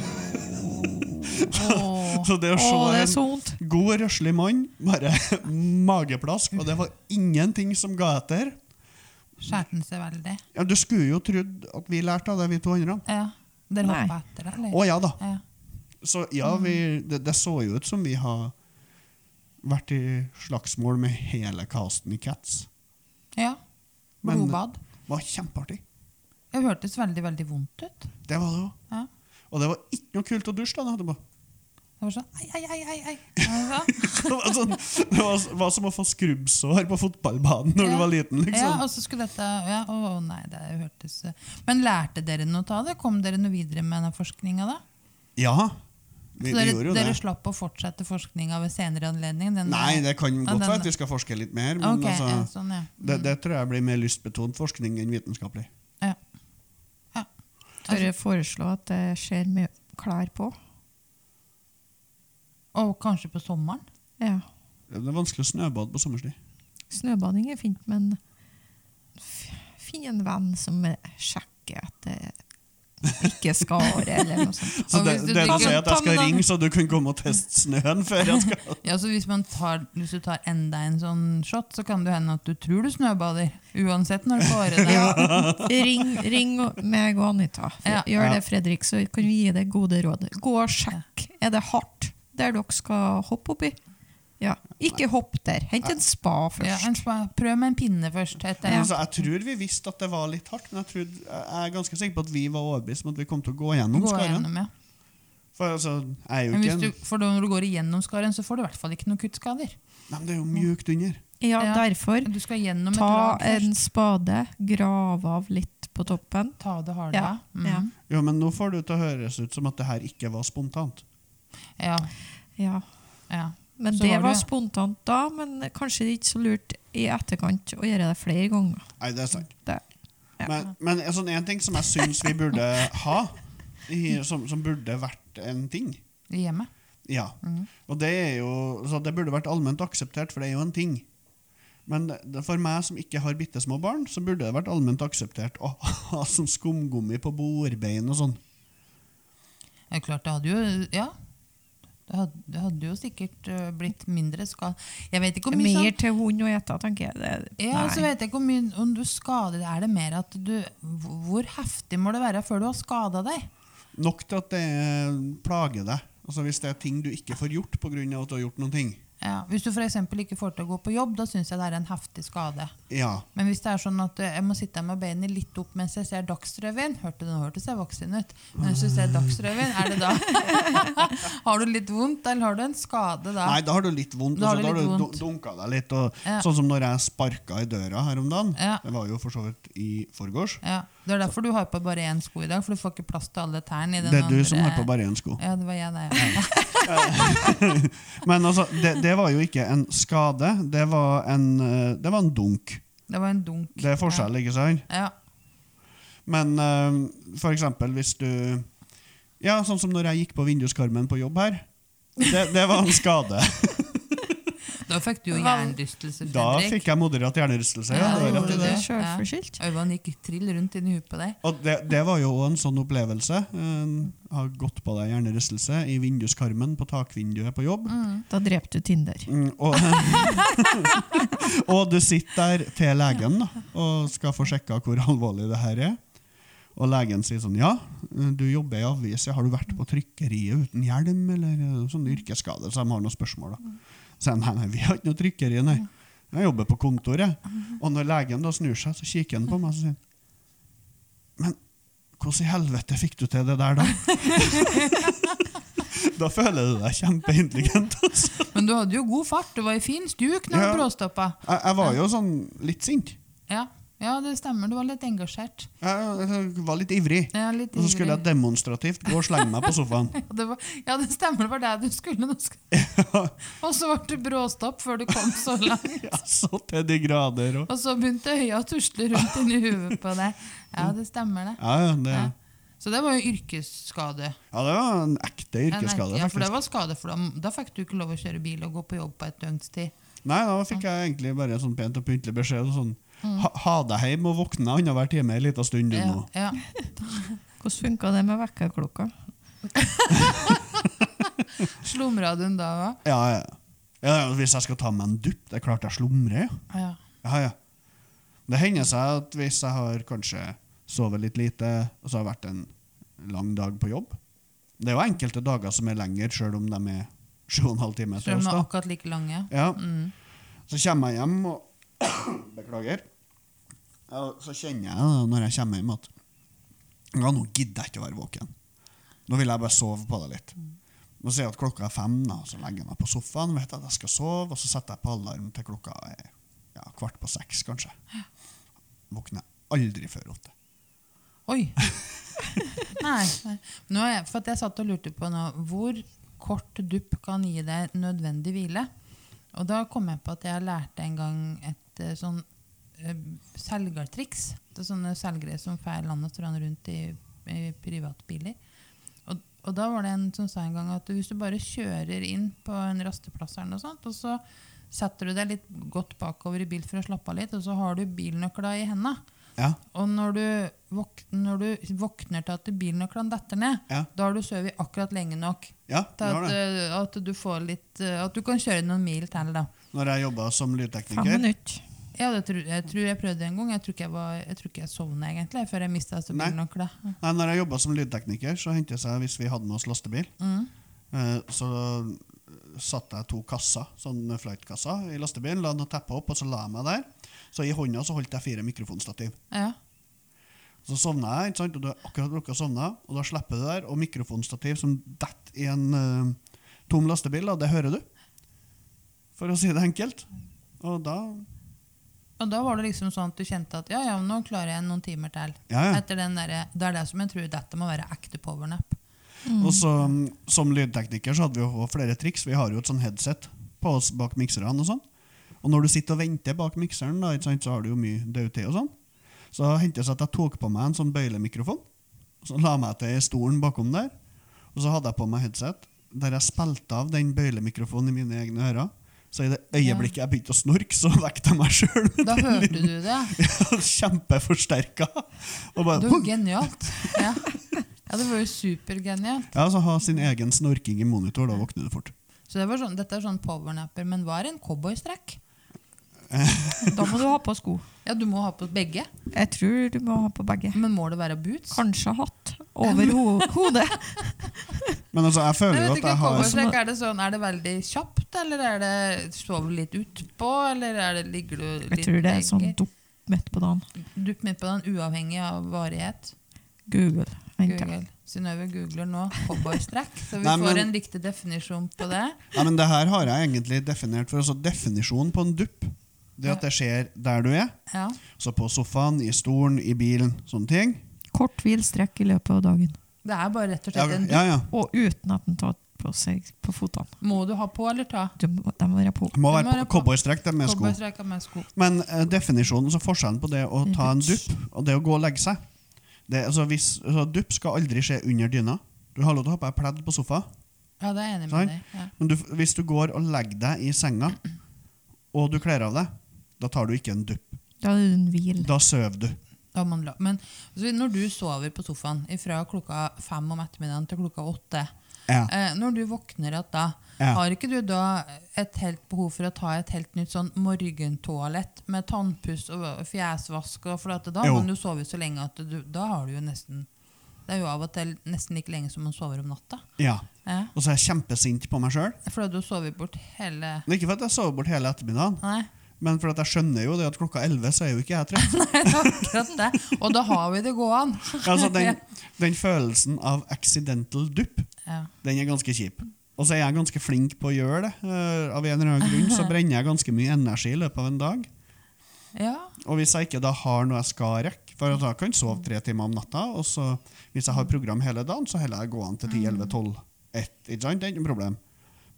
[SPEAKER 3] Åh.
[SPEAKER 1] [LAUGHS] Så det å
[SPEAKER 2] åh, det
[SPEAKER 1] se
[SPEAKER 2] er så
[SPEAKER 1] en
[SPEAKER 2] vondt.
[SPEAKER 1] god, røslig mann, bare [LAUGHS] mageplask, og det var ingenting som ga etter.
[SPEAKER 3] Skjerten seg veldig.
[SPEAKER 1] Ja, Du skulle jo trodd at vi lærte av det, vi to andre.
[SPEAKER 3] Ja. Dere
[SPEAKER 2] Nei.
[SPEAKER 3] hoppa etter det, eller?
[SPEAKER 1] Å ja da.
[SPEAKER 3] Ja.
[SPEAKER 1] Så ja, vi, det, det så jo ut som vi har vært i slagsmål med hele casten i Cats.
[SPEAKER 3] ja.
[SPEAKER 1] Men-
[SPEAKER 3] Blodbad.
[SPEAKER 1] Det var kjempeartig.
[SPEAKER 3] Det hørtes veldig, veldig vondt ut.
[SPEAKER 1] Det var det òg.
[SPEAKER 3] Ja.
[SPEAKER 1] Og det var ikke noe kult å dusje da etterpå.
[SPEAKER 3] Det var sånn ei, ei, ei, ei, ei. Altså.
[SPEAKER 1] [LAUGHS] Det, var, sånn, det var, var som å få skrubbsår på fotballbanen når
[SPEAKER 3] Ja.
[SPEAKER 1] du var liten.
[SPEAKER 3] Ja,
[SPEAKER 1] liksom.
[SPEAKER 3] og så skulle dette ja, Å nei, det hørtes eh. Men lærte dere noe av det? Kom dere noe videre med den forskninga da?
[SPEAKER 1] Ja, vi, vi
[SPEAKER 3] Så dere,
[SPEAKER 1] gjorde jo
[SPEAKER 3] dere
[SPEAKER 1] det.
[SPEAKER 3] slapp å fortsette forskninga ved senere anledning? Den
[SPEAKER 1] Nei, det kan
[SPEAKER 3] den-
[SPEAKER 1] godt være at vi skal forske litt mer, men
[SPEAKER 3] Ok,
[SPEAKER 1] altså,
[SPEAKER 3] ja, sånn, ja.
[SPEAKER 1] det, det tror jeg blir mer lystbetont forskning enn vitenskapelig.
[SPEAKER 3] ja. ja. Mm.
[SPEAKER 2] Tør jeg foreslå at det skjer med klær på?
[SPEAKER 3] Og kanskje på
[SPEAKER 1] [LAUGHS]
[SPEAKER 3] sommeren?
[SPEAKER 2] Ja.
[SPEAKER 1] Det er vanskelig å snøbade på sommerstid.
[SPEAKER 2] Snøbading er fint, men f- finn en venn som sjekker at det ikke skarer, eller noe
[SPEAKER 1] [LAUGHS]
[SPEAKER 2] sånt.
[SPEAKER 1] Så
[SPEAKER 3] Og
[SPEAKER 1] det,
[SPEAKER 3] hvis du
[SPEAKER 1] det du
[SPEAKER 3] drikker-
[SPEAKER 1] sier at jeg skal
[SPEAKER 2] Ta med den.
[SPEAKER 1] ringe, så du kan komme og teste snøen før jeg skal
[SPEAKER 3] Ja, så hvis, man tar, hvis du tar enda en sånn shot, så kan det hende at du tror du snøbader. Uansett når du
[SPEAKER 1] [LAUGHS]
[SPEAKER 3] får i deg.
[SPEAKER 2] Ring, ring meg og Anita.
[SPEAKER 3] Ja.
[SPEAKER 2] Gjør
[SPEAKER 1] Ja.
[SPEAKER 2] det, Fredrik, så kan vi gi deg gode råd. Gå og sjekk. Er det hardt der dere skal hoppe oppi? Ja. Ikke hopp der. Hent en spa
[SPEAKER 3] Ja,
[SPEAKER 2] først.
[SPEAKER 3] en spa, prøv med en pinne først. Etter,
[SPEAKER 1] Men Altså, jeg tror vi visste at det var litt hardt, men jeg, trodde, jeg er ganske sikker på at vi var overbevist om at vi kom til å gå gjennom
[SPEAKER 3] Gå
[SPEAKER 1] skaren.
[SPEAKER 3] gjennom, ja.
[SPEAKER 1] For altså, jeg er jo
[SPEAKER 3] Men
[SPEAKER 1] ikke
[SPEAKER 3] hvis
[SPEAKER 1] en
[SPEAKER 3] du, for da når du går igjennom skaren, så får du i hvert fall ikke noen kuttskader.
[SPEAKER 1] Nei, men det er jo mjukt under.
[SPEAKER 2] Ja,
[SPEAKER 3] Ja.
[SPEAKER 2] derfor.
[SPEAKER 3] Du skal gjennom et
[SPEAKER 2] Ta
[SPEAKER 3] lag først.
[SPEAKER 2] en spade, grav av litt på toppen.
[SPEAKER 3] Ta det harde.
[SPEAKER 2] Ja.
[SPEAKER 3] Mm.
[SPEAKER 2] Ja.
[SPEAKER 1] Jo, men nå får det til å høres ut som at det her ikke var spontant.
[SPEAKER 3] Ja,
[SPEAKER 2] ja.
[SPEAKER 3] ja.
[SPEAKER 2] Men
[SPEAKER 3] Så
[SPEAKER 2] det
[SPEAKER 3] var
[SPEAKER 2] var,
[SPEAKER 3] det-
[SPEAKER 2] spontant da, men kanskje det er ikke så lurt i etterkant å gjøre det flere ganger.
[SPEAKER 1] Nei, det er sant.
[SPEAKER 2] Det. Ja.
[SPEAKER 1] Men, men en sånn en ting som jeg syns vi burde ha, i, som, som burde vært en ting
[SPEAKER 3] I hjemmet.
[SPEAKER 1] Ja. Og det er jo Så det burde vært allment akseptert, for det er jo en ting. Men det, det- for meg som ikke har bitte små barn, så burde det vært allment akseptert å [LAUGHS] ha som skumgummi på bordbein og sånn.
[SPEAKER 3] Det er klart, det hadde jo Ja. Det hadde, det hadde jo sikkert øh, blitt mindre skade. Jeg vet ikke hvor mye
[SPEAKER 2] Mer
[SPEAKER 3] sånn
[SPEAKER 2] til hund å ete, tenker jeg. Det,
[SPEAKER 3] ja, så
[SPEAKER 2] nei.
[SPEAKER 3] vet jeg ikke hvor mye om du skader deg. Er det mer at du Hvor heftig må det være før du har skada deg?
[SPEAKER 1] Nok til at det eh, plager deg. Altså Hvis det er ting du ikke får gjort pga. at du har gjort noen ting.
[SPEAKER 3] Ja, hvis du f.eks. ikke får til å gå på jobb, da syns jeg det er en heftig skade.
[SPEAKER 1] Ja.
[SPEAKER 3] Men hvis det er sånn at øh, jeg må sitte med beina litt opp mens jeg ser Dagsrevyen Hørte du, nå hørtes jeg voksen ut. Men hvis du ser Dagsrevyen, er det da [LAUGHS] Har du litt vondt, eller har du en skade da?
[SPEAKER 1] Nei, da har du litt vondt.
[SPEAKER 3] Da
[SPEAKER 1] og så
[SPEAKER 3] har
[SPEAKER 1] Da
[SPEAKER 3] du
[SPEAKER 1] har
[SPEAKER 3] litt
[SPEAKER 1] du
[SPEAKER 3] vondt.
[SPEAKER 1] du dunka deg litt. Og,
[SPEAKER 3] Ja.
[SPEAKER 1] Sånn som når jeg sparka i døra her om dagen.
[SPEAKER 3] Ja.
[SPEAKER 1] Det var jo for så vidt i forgårs.
[SPEAKER 3] Ja, Det er derfor du har på bare én sko i dag, for du får ikke plass til alle tærne. i den
[SPEAKER 1] Det er du
[SPEAKER 3] andre-
[SPEAKER 1] som har på bare én sko.
[SPEAKER 3] Ja, det var jeg, det. Ja.
[SPEAKER 1] Men altså, det, det var jo ikke en skade, det var en, eh, det var en dunk.
[SPEAKER 3] [LAUGHS] Det var en dunk.
[SPEAKER 1] Det er forskjell, ikke sant?
[SPEAKER 3] Ja.
[SPEAKER 1] Men eh, for eksempel hvis du Ja, sånn som når jeg gikk på vinduskarmen på jobb her. Det, det var en
[SPEAKER 3] [LAUGHS]
[SPEAKER 1] skade. [LAUGHS]
[SPEAKER 3] Da fikk du jo hjernerystelse,
[SPEAKER 1] Da
[SPEAKER 3] Fredrik.
[SPEAKER 1] fikk jeg moderat hjernerystelse. Ja,
[SPEAKER 3] Ja,
[SPEAKER 1] det var
[SPEAKER 3] gjorde
[SPEAKER 1] rett i
[SPEAKER 3] det.
[SPEAKER 1] det.
[SPEAKER 2] Sjølforskyldt.
[SPEAKER 3] Øynene gikk trill rundt inni huet på deg.
[SPEAKER 1] Og det, det var jo også en sånn opplevelse. Eh, har gått på deg hjernerystelse i vinduskarmen på takvinduet på jobb.
[SPEAKER 2] Da drep du Tinder.
[SPEAKER 1] Mm, og, [LAUGHS] og du sitter der til legen da, og skal få sjekka hvor alvorlig det her er. Og legen sier sånn Ja, du jobber i avis. ja, Har du vært på trykkeriet uten hjelm? Eller eh, sånn yrkesskade? Så de har noen spørsmål, da. Så jeg nei, nei, vi har ikke noe trykkeri, nei. Jeg jobber på kontoret. Og når legen da snur seg, så kikker han på meg og sier han, Men hvordan i helvete fikk du til det der, da? [LAUGHS] da føler du deg kjempeintelligent. altså.
[SPEAKER 3] Men du hadde jo god fart. Du var i fin stuk når
[SPEAKER 1] Ja.
[SPEAKER 3] du bråstoppa.
[SPEAKER 1] Jeg, jeg var jo sånn litt sint.
[SPEAKER 3] Ja. ja, det stemmer. Du var litt engasjert.
[SPEAKER 1] Jeg, jeg var litt ivrig.
[SPEAKER 3] Ja, litt
[SPEAKER 1] Og så skulle jeg
[SPEAKER 3] ivrig.
[SPEAKER 1] demonstrativt gå og slenge meg på sofaen.
[SPEAKER 3] [LAUGHS] Ja, det var, ja, det stemmer. Det var der du skulle. Nå skal- Og så ble det bråstopp før du kom så langt.
[SPEAKER 1] Ja, så til de grader. Og.
[SPEAKER 3] Og så begynte øya å tusle rundt inni huet på deg. Ja, det stemmer, det.
[SPEAKER 1] Ja, ja, det,
[SPEAKER 3] Ja. Så det var jo yrkesskade.
[SPEAKER 1] ja, det var en ekte
[SPEAKER 3] Nei,
[SPEAKER 1] yrkesskade,
[SPEAKER 3] Ja, for det
[SPEAKER 1] faktisk.
[SPEAKER 3] var skade, for da, da fikk du ikke lov å kjøre bil og gå på jobb på et døgns tid.
[SPEAKER 1] Nei, da fikk jeg egentlig bare sånn pent og pyntelig beskjed. og Sånn, ha, ha deg hjem og våkne annenhver time en liten stund, du
[SPEAKER 3] Mm. Ja,
[SPEAKER 1] nå.
[SPEAKER 3] ja.
[SPEAKER 2] Hvordan funka det med vekkerklokka?
[SPEAKER 3] Slumradioen da òg.
[SPEAKER 1] Ja, ja. ja, ja, hvis jeg skal ta meg en dupp, det er klart jeg slumrer, ja.
[SPEAKER 3] Ja.
[SPEAKER 1] Ja, ja. Det hender seg at hvis jeg har kanskje sovet litt lite, og så har det vært en lang dag på jobb Det er jo enkelte dager som er lengre, sjøl om de er sju og en halv time
[SPEAKER 3] Selv
[SPEAKER 1] etter
[SPEAKER 3] om
[SPEAKER 1] oss.
[SPEAKER 3] den er
[SPEAKER 1] da.
[SPEAKER 3] akkurat like lang, ja.
[SPEAKER 1] Ja.
[SPEAKER 3] Mm.
[SPEAKER 1] Så kommer jeg hjem og [COUGHS] Beklager. Ja, så kjenner jeg da, når jeg kommer hjem, at ja, nå gidder jeg ikke å være våken. Nå vil jeg bare sove på det litt. Nå ser jeg at klokka er fem, da, så legger jeg meg på sofaen, vet at jeg skal sove, og så setter jeg på alarm til klokka er ja, kvart på seks, kanskje. Våkner aldri før åtte.
[SPEAKER 3] Oi! [LAUGHS] Nei. nei. Nå er jeg, for at jeg satt og lurte på nå, hvor kort dupp kan gi deg nødvendig hvile? Og da kom jeg på at jeg lærte en gang et eh, sånn eh, selgertriks. Det er sånne selgere som feier land og strand rundt i, i privatbiler. Og, og da var det en som sa en gang at hvis du bare kjører inn på en rasteplass eller noe sånt, og så setter du deg litt godt bakover i bil for å slappe av litt, og så har du bilnøkla i henda.
[SPEAKER 1] Ja,
[SPEAKER 3] Og når du, våk når du våkner til at bilnøklene detter ned,
[SPEAKER 1] Ja.
[SPEAKER 3] da har du sovet akkurat lenge nok
[SPEAKER 1] ja
[SPEAKER 3] til
[SPEAKER 1] det
[SPEAKER 3] at,
[SPEAKER 1] var det.
[SPEAKER 3] eh, at, du får litt, eh, at du kan kjøre noen mil til. da.
[SPEAKER 1] Når jeg jobba som
[SPEAKER 2] Fem
[SPEAKER 1] lydtekniker
[SPEAKER 2] minutter.
[SPEAKER 3] Ja, det tror, jeg tror jeg prøvde en gang. Jeg tror ikke jeg, var, jeg, tror ikke jeg sovna egentlig før jeg altså mista
[SPEAKER 1] Nei.
[SPEAKER 3] bilnøkla.
[SPEAKER 1] Nei, når jeg jobbet som lydtekniker, Eh, så hendte det seg hvis vi hadde med oss lastebil,
[SPEAKER 3] Mm.
[SPEAKER 1] eh, så satte jeg to kasser, sånn flightkasser, i lastebilen. La den teppe opp, og så la jeg meg der. Så i hånda så holdt jeg fire mikrofonstativ.
[SPEAKER 3] Ja.
[SPEAKER 1] Så sovna jeg, ikke sant? og du har akkurat lukka sovna, og da slipper du der, og mikrofonstativ som detter i en eh, tom lastebil, da, det hører du. For å si det enkelt. Og da
[SPEAKER 3] Og da var det liksom sånn at du kjente at ja, ja, nå klarer jeg noen timer til.
[SPEAKER 1] Ja, ja.
[SPEAKER 3] Etter den derre- det er det som jeg tror dette må være ekte powernap.
[SPEAKER 1] Og så, mm, som lydtekniker så hadde vi jo flere triks. Vi har jo et sånn headset på oss bak mikserne. Og sånn. Og når du sitter og venter bak mikseren, da, ikke sant, så har du jo mye DUT. og sånn. Så hendte det seg at jeg tok på meg en sånn bøylemikrofon. Så la meg til i stolen bakom der. Og så hadde jeg på meg headset der jeg spilte av den bøylemikrofonen i mine egne ører. Så i det øyeblikket jeg begynte å snorke, så vekte jeg meg sjøl. [LAUGHS]
[SPEAKER 3] Da hørte du det.
[SPEAKER 1] Kjempeforsterka. Og
[SPEAKER 3] Det
[SPEAKER 1] bare,
[SPEAKER 3] var jo genialt. Ja, ja det var jo supergenialt.
[SPEAKER 1] ja, så ha sin egen snorking i monitor, da våkner du fort.
[SPEAKER 3] Så det var sånn, dette er sånn powernapper, men hva er en cowboystrekk? Da må du ha på sko. Ja, du må ha på begge.
[SPEAKER 2] Jeg tror du må ha på begge.
[SPEAKER 3] Men må det være boots?
[SPEAKER 2] Kanskje hatt over ho
[SPEAKER 3] [LAUGHS]
[SPEAKER 2] hodet.
[SPEAKER 1] Men altså, jeg
[SPEAKER 3] Jeg
[SPEAKER 1] føler jo
[SPEAKER 3] vet
[SPEAKER 1] at
[SPEAKER 3] ikke,
[SPEAKER 1] jeg har
[SPEAKER 3] cowboystrekk, er det sånn, er det veldig kjapt, eller er det sover du litt utpå, eller er det, ligger du litt
[SPEAKER 2] Jeg tror det er sånn
[SPEAKER 3] lenger?
[SPEAKER 2] dupp midt på dagen.
[SPEAKER 3] Dupp midt på den, uavhengig av varighet.
[SPEAKER 2] Google. venter jeg.
[SPEAKER 3] Google. Synnøve googler nå cowboystrekk, så vi
[SPEAKER 1] Nei, men-
[SPEAKER 3] får en riktig definisjon på det.
[SPEAKER 1] Nei, men det her har jeg egentlig definert for. Altså definisjonen på en dupp. Det at det skjer der du er.
[SPEAKER 3] Ja.
[SPEAKER 1] Så på sofaen, i stolen, i bilen. Sånne ting.
[SPEAKER 2] Kort hvilstrekk i løpet av dagen.
[SPEAKER 3] Det er bare rett og
[SPEAKER 1] Ja,
[SPEAKER 3] slett en dupp.
[SPEAKER 1] ja. ja.
[SPEAKER 2] Og uten at den tar på seg på fotene.
[SPEAKER 3] Må du ha på eller ta?
[SPEAKER 2] De, må- de må være på.
[SPEAKER 1] Må
[SPEAKER 3] Det må
[SPEAKER 1] være
[SPEAKER 3] være
[SPEAKER 1] på- cowboystrekk, det er med sko.
[SPEAKER 3] Cowboystrekk er med sko.
[SPEAKER 1] Men eh, definisjonen, så forskjellen på det å ta en dupp og det å gå og legge seg det, altså, hvis, altså, Dupp skal aldri skje under dyna. Du har lov til å ha på deg pledd på sofa,
[SPEAKER 3] Ja, det er jeg enig
[SPEAKER 1] Sant?
[SPEAKER 3] med deg. Ja.
[SPEAKER 1] men du, hvis du går og legger deg i senga, og du kler av deg, da tar du ikke en dupp.
[SPEAKER 2] Da er det en hvil.
[SPEAKER 1] Da sover du.
[SPEAKER 3] Da man la. Men så når du sover på sofaen fra klokka fem om ettermiddagen til klokka åtte,
[SPEAKER 1] Ja.
[SPEAKER 3] eh, når du våkner igjen da,
[SPEAKER 1] Ja.
[SPEAKER 3] har ikke du da et helt behov for å ta et helt nytt sånn morgentoalett med tannpuss og fjesvask? Og for at da
[SPEAKER 1] Jo.
[SPEAKER 3] har man jo sovet så lenge at du, da har du jo nesten Det er jo av og til nesten like lenge som man sover om natta.
[SPEAKER 1] ja.
[SPEAKER 3] Ja.
[SPEAKER 1] Og så er jeg kjempesint på meg sjøl.
[SPEAKER 3] For du har sovet bort hele
[SPEAKER 1] Men Ikke for at jeg sover bort hele ettermiddagen,
[SPEAKER 3] [LAUGHS] Nei.
[SPEAKER 1] men for at jeg skjønner jo det at klokka 11 så er jo ikke jeg trøtt.
[SPEAKER 3] Nei, akkurat det. Og da har vi det gående.
[SPEAKER 1] Altså, den, den følelsen av accidental dupp,
[SPEAKER 3] Ja.
[SPEAKER 1] den er ganske kjip. Og så er jeg ganske flink på å gjøre det. Eh, Av en eller annen grunn så brenner jeg ganske mye energi i løpet av en dag.
[SPEAKER 3] ja.
[SPEAKER 1] Og hvis jeg ikke da har noe jeg skal rekke, for da kan jeg sove tre timer om natta, og så hvis jeg har program hele dagen, så heller jeg gå an til 10, 11, 12, 1, ikke sant? Det er ikke noe problem.